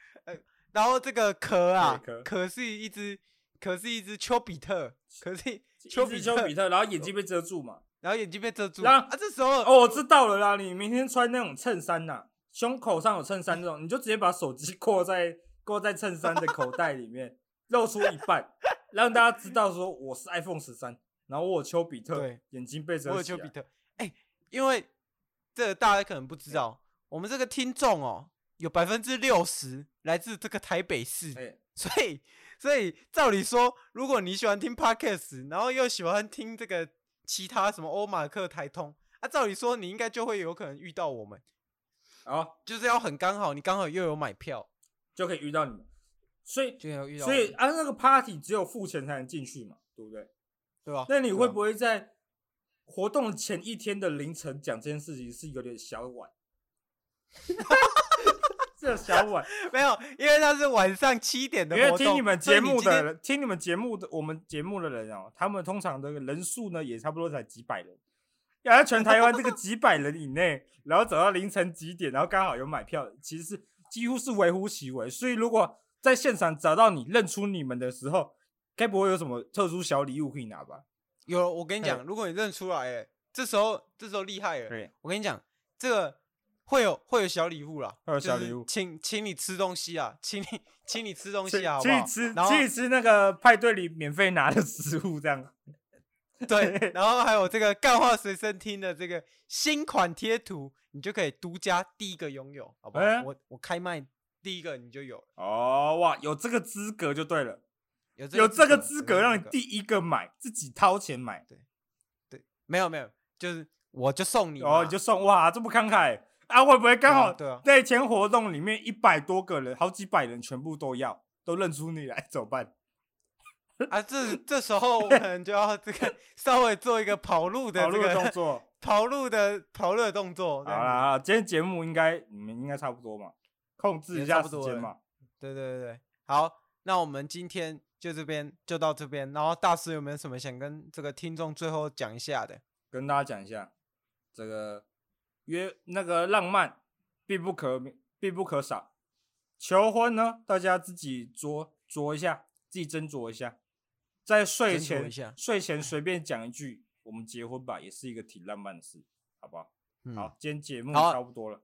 D: 然后这个壳啊
B: 对壳，
D: 壳是一只，壳是一只丘比特，壳是 丘
B: 比
D: 比
B: 丘
D: 特，
B: 比特，然后眼睛被遮住 嘛。
D: 然后眼睛被遮住。
B: 然
D: 啊
B: 后，
D: 这时候
B: 哦，我知道了啦，你明天穿那种衬衫呐、胸口上有衬衫这种，你就直接把手机扣在扣在衬衫的口袋里面，露出一半，让大家知道说我是 iPhone 十三，然后我有丘比特
D: 对，
B: 眼睛被遮起
D: 我
B: 来。
D: 有丘比特，哎，因为这个大家可能不知道，我们这个听众哦，有百分之六十来自这个台北市，
B: 哎，
D: 所以，所以照理说，如果你喜欢听 podcast，然后又喜欢听这个其他什么欧马克、台通，啊，照理说你应该就会有可能遇到我们，
B: 好，
D: 就是要很刚好，你刚好又有买票，
B: 就可以遇到你们。所以，
D: 就要遇到我
B: 所
D: 们，
B: 以啊，那个 party 只有付钱才能进去嘛，对不对？
D: 对吧？
B: 那你会
D: 哦对啊
B: 不会在活动前一天的凌晨讲这件事情是有点小晚？ 这小晚，
D: 没有？因为它是晚上七点的
B: 因为
D: 活动，
B: 听你们
D: 所以
B: 节目
D: 今
B: 的
D: 天
B: 人，听你们节目的我们节目的人哦，他们通常的人数呢也差不多才几百人，要在全台湾这个几百人以内，然后走到凌晨几点，然后刚好有买票，其实是几乎是微乎其微。所以如果在现场找到你认出你们的时候，该不会有什么特殊小礼物可以拿吧？
D: 有，我跟你讲，如果你认出来，哎，这时候这时候厉害了，
B: 对，
D: 我跟你讲，这个。会有会有小礼物啦，
B: 会有
D: 就
B: 小
D: 是
B: 礼物
D: 请请你吃东西啊，请你请你吃东
B: 请
D: 西啊，好不
B: 请
D: 好
B: 你？吃，
D: 然后
B: 请你吃那个派对里免费拿的食物，这样。
D: 对，然后还有这个干话随身听的这个新款贴图，你就可以独家第一个拥有，好不好？
B: 哎
D: 我我开卖第一个你就有了，
B: 哦，哇，有这个资格就对了，
D: 有这
B: 有这个资
D: 有
B: 格
D: 这
B: 让
D: 个
B: 你第一个买，自己掏钱买。
D: 没有没有，就是我就送你
B: 哦，
D: 嘛
B: 你就送哇，这么慷慨啊？会不会刚好
D: 啊对啊
B: 那一天活动里面一百多个人，好几百人全部都要，都认出你来，怎么办？
D: 啊，这这时候我可能就要这个稍微做一个跑路的
B: 跑
D: 这
B: 路的动
D: 个
B: 作。
D: 跑路的跑路的动作，
B: 好
D: 这
B: 啦
D: 样
B: 好
D: 子
B: 啦，今天节目应该你们应该差不多嘛，控制一
D: 也差
B: 下
D: 不
B: 时
D: 多
B: 间
D: 了
B: 嘛。
D: 对对对对，好，那我们今天就这边就到这边，然后大师有没有什么想跟这个听众最后讲一下的？
B: 跟大家讲一下，这个约那个浪漫必不可必不可少。求婚呢，大家自己酌酌一下，自己斟酌一下，在睡
D: 斟酌
B: 前
D: 一下
B: 睡前随便讲一句“我们结婚吧”，也是一个挺浪漫的事，好不好？
D: 嗯
B: 好，今天节目
D: 好啊
B: 差不多了，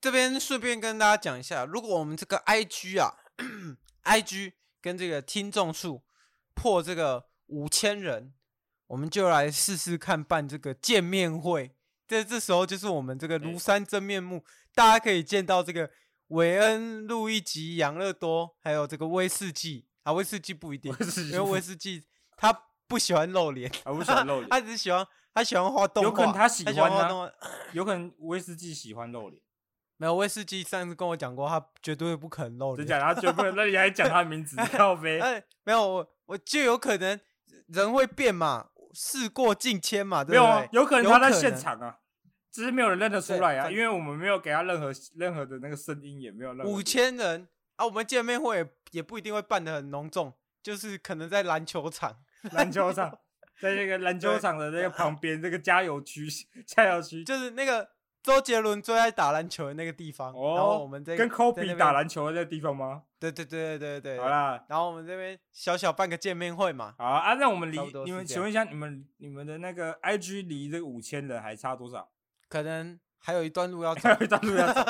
D: 这边顺便跟大家讲一下，如果我们这个 IG 啊 ，IG 跟这个听众数破这个五千人，我们就来试试看办这个见面会。这这时候就是我们这个庐山真面目，大家可以见到这个韦恩、路易吉、养乐多，还有这个威士忌啊，威士忌不一定，因为威士忌他不喜欢露脸，
B: 啊，我喜欢露
D: 他
B: 脸，
D: 只喜欢他喜欢画动画，
B: 有可能他喜
D: 喜欢
B: 欢
D: 画
B: 啊
D: 动画。
B: 有可能威士忌喜欢露脸，
D: 没有威士忌上次跟我讲过，他绝对不肯露
B: 真
D: 脸。
B: 假的？他绝不能，那你还讲他名字，靠呗。
D: 哎，没有我，我就有可能人会变嘛，事过境迁嘛，对
B: 没有
D: 不
B: 啊
D: 对，？
B: 有可能
D: 有
B: 他在
D: 可
B: 现
D: 能
B: 场啊，只是没有人认得出来啊，
D: 对
B: 因为我们没有给他任何任何的那个声音，也没有任何
D: 五千人啊，我们见面会也也不一定会办得很隆重，就是可能在篮球场。
B: 篮 球场，在那个篮球
D: 对
B: 场的那个旁边这个加油区， 加油区
D: 就是那个周杰伦最爱打篮球的那个地方，然后我
B: 哦
D: 们，在
B: 跟
D: 在
B: Kobe
D: 那
B: 打
D: 边，
B: 篮球的那个地方吗？
D: 对对对对对对，
B: 好啦，
D: 然后我们这边小小办个见面会嘛，
B: 好啊，那我们离
D: 差不多
B: 你
D: 是
B: 们
D: 这
B: 请问一下，你们你们的那个 IG 离这个五千人还差 多少？
D: 可能还有一段路要走
B: 还。有一段路要走。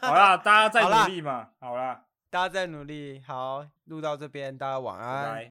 B: 好啦，大家再
D: 好啦
B: 努力嘛。好啦，
D: 大家再努力，好，录到这边，大家晚
B: 拜
D: 安。
B: 拜。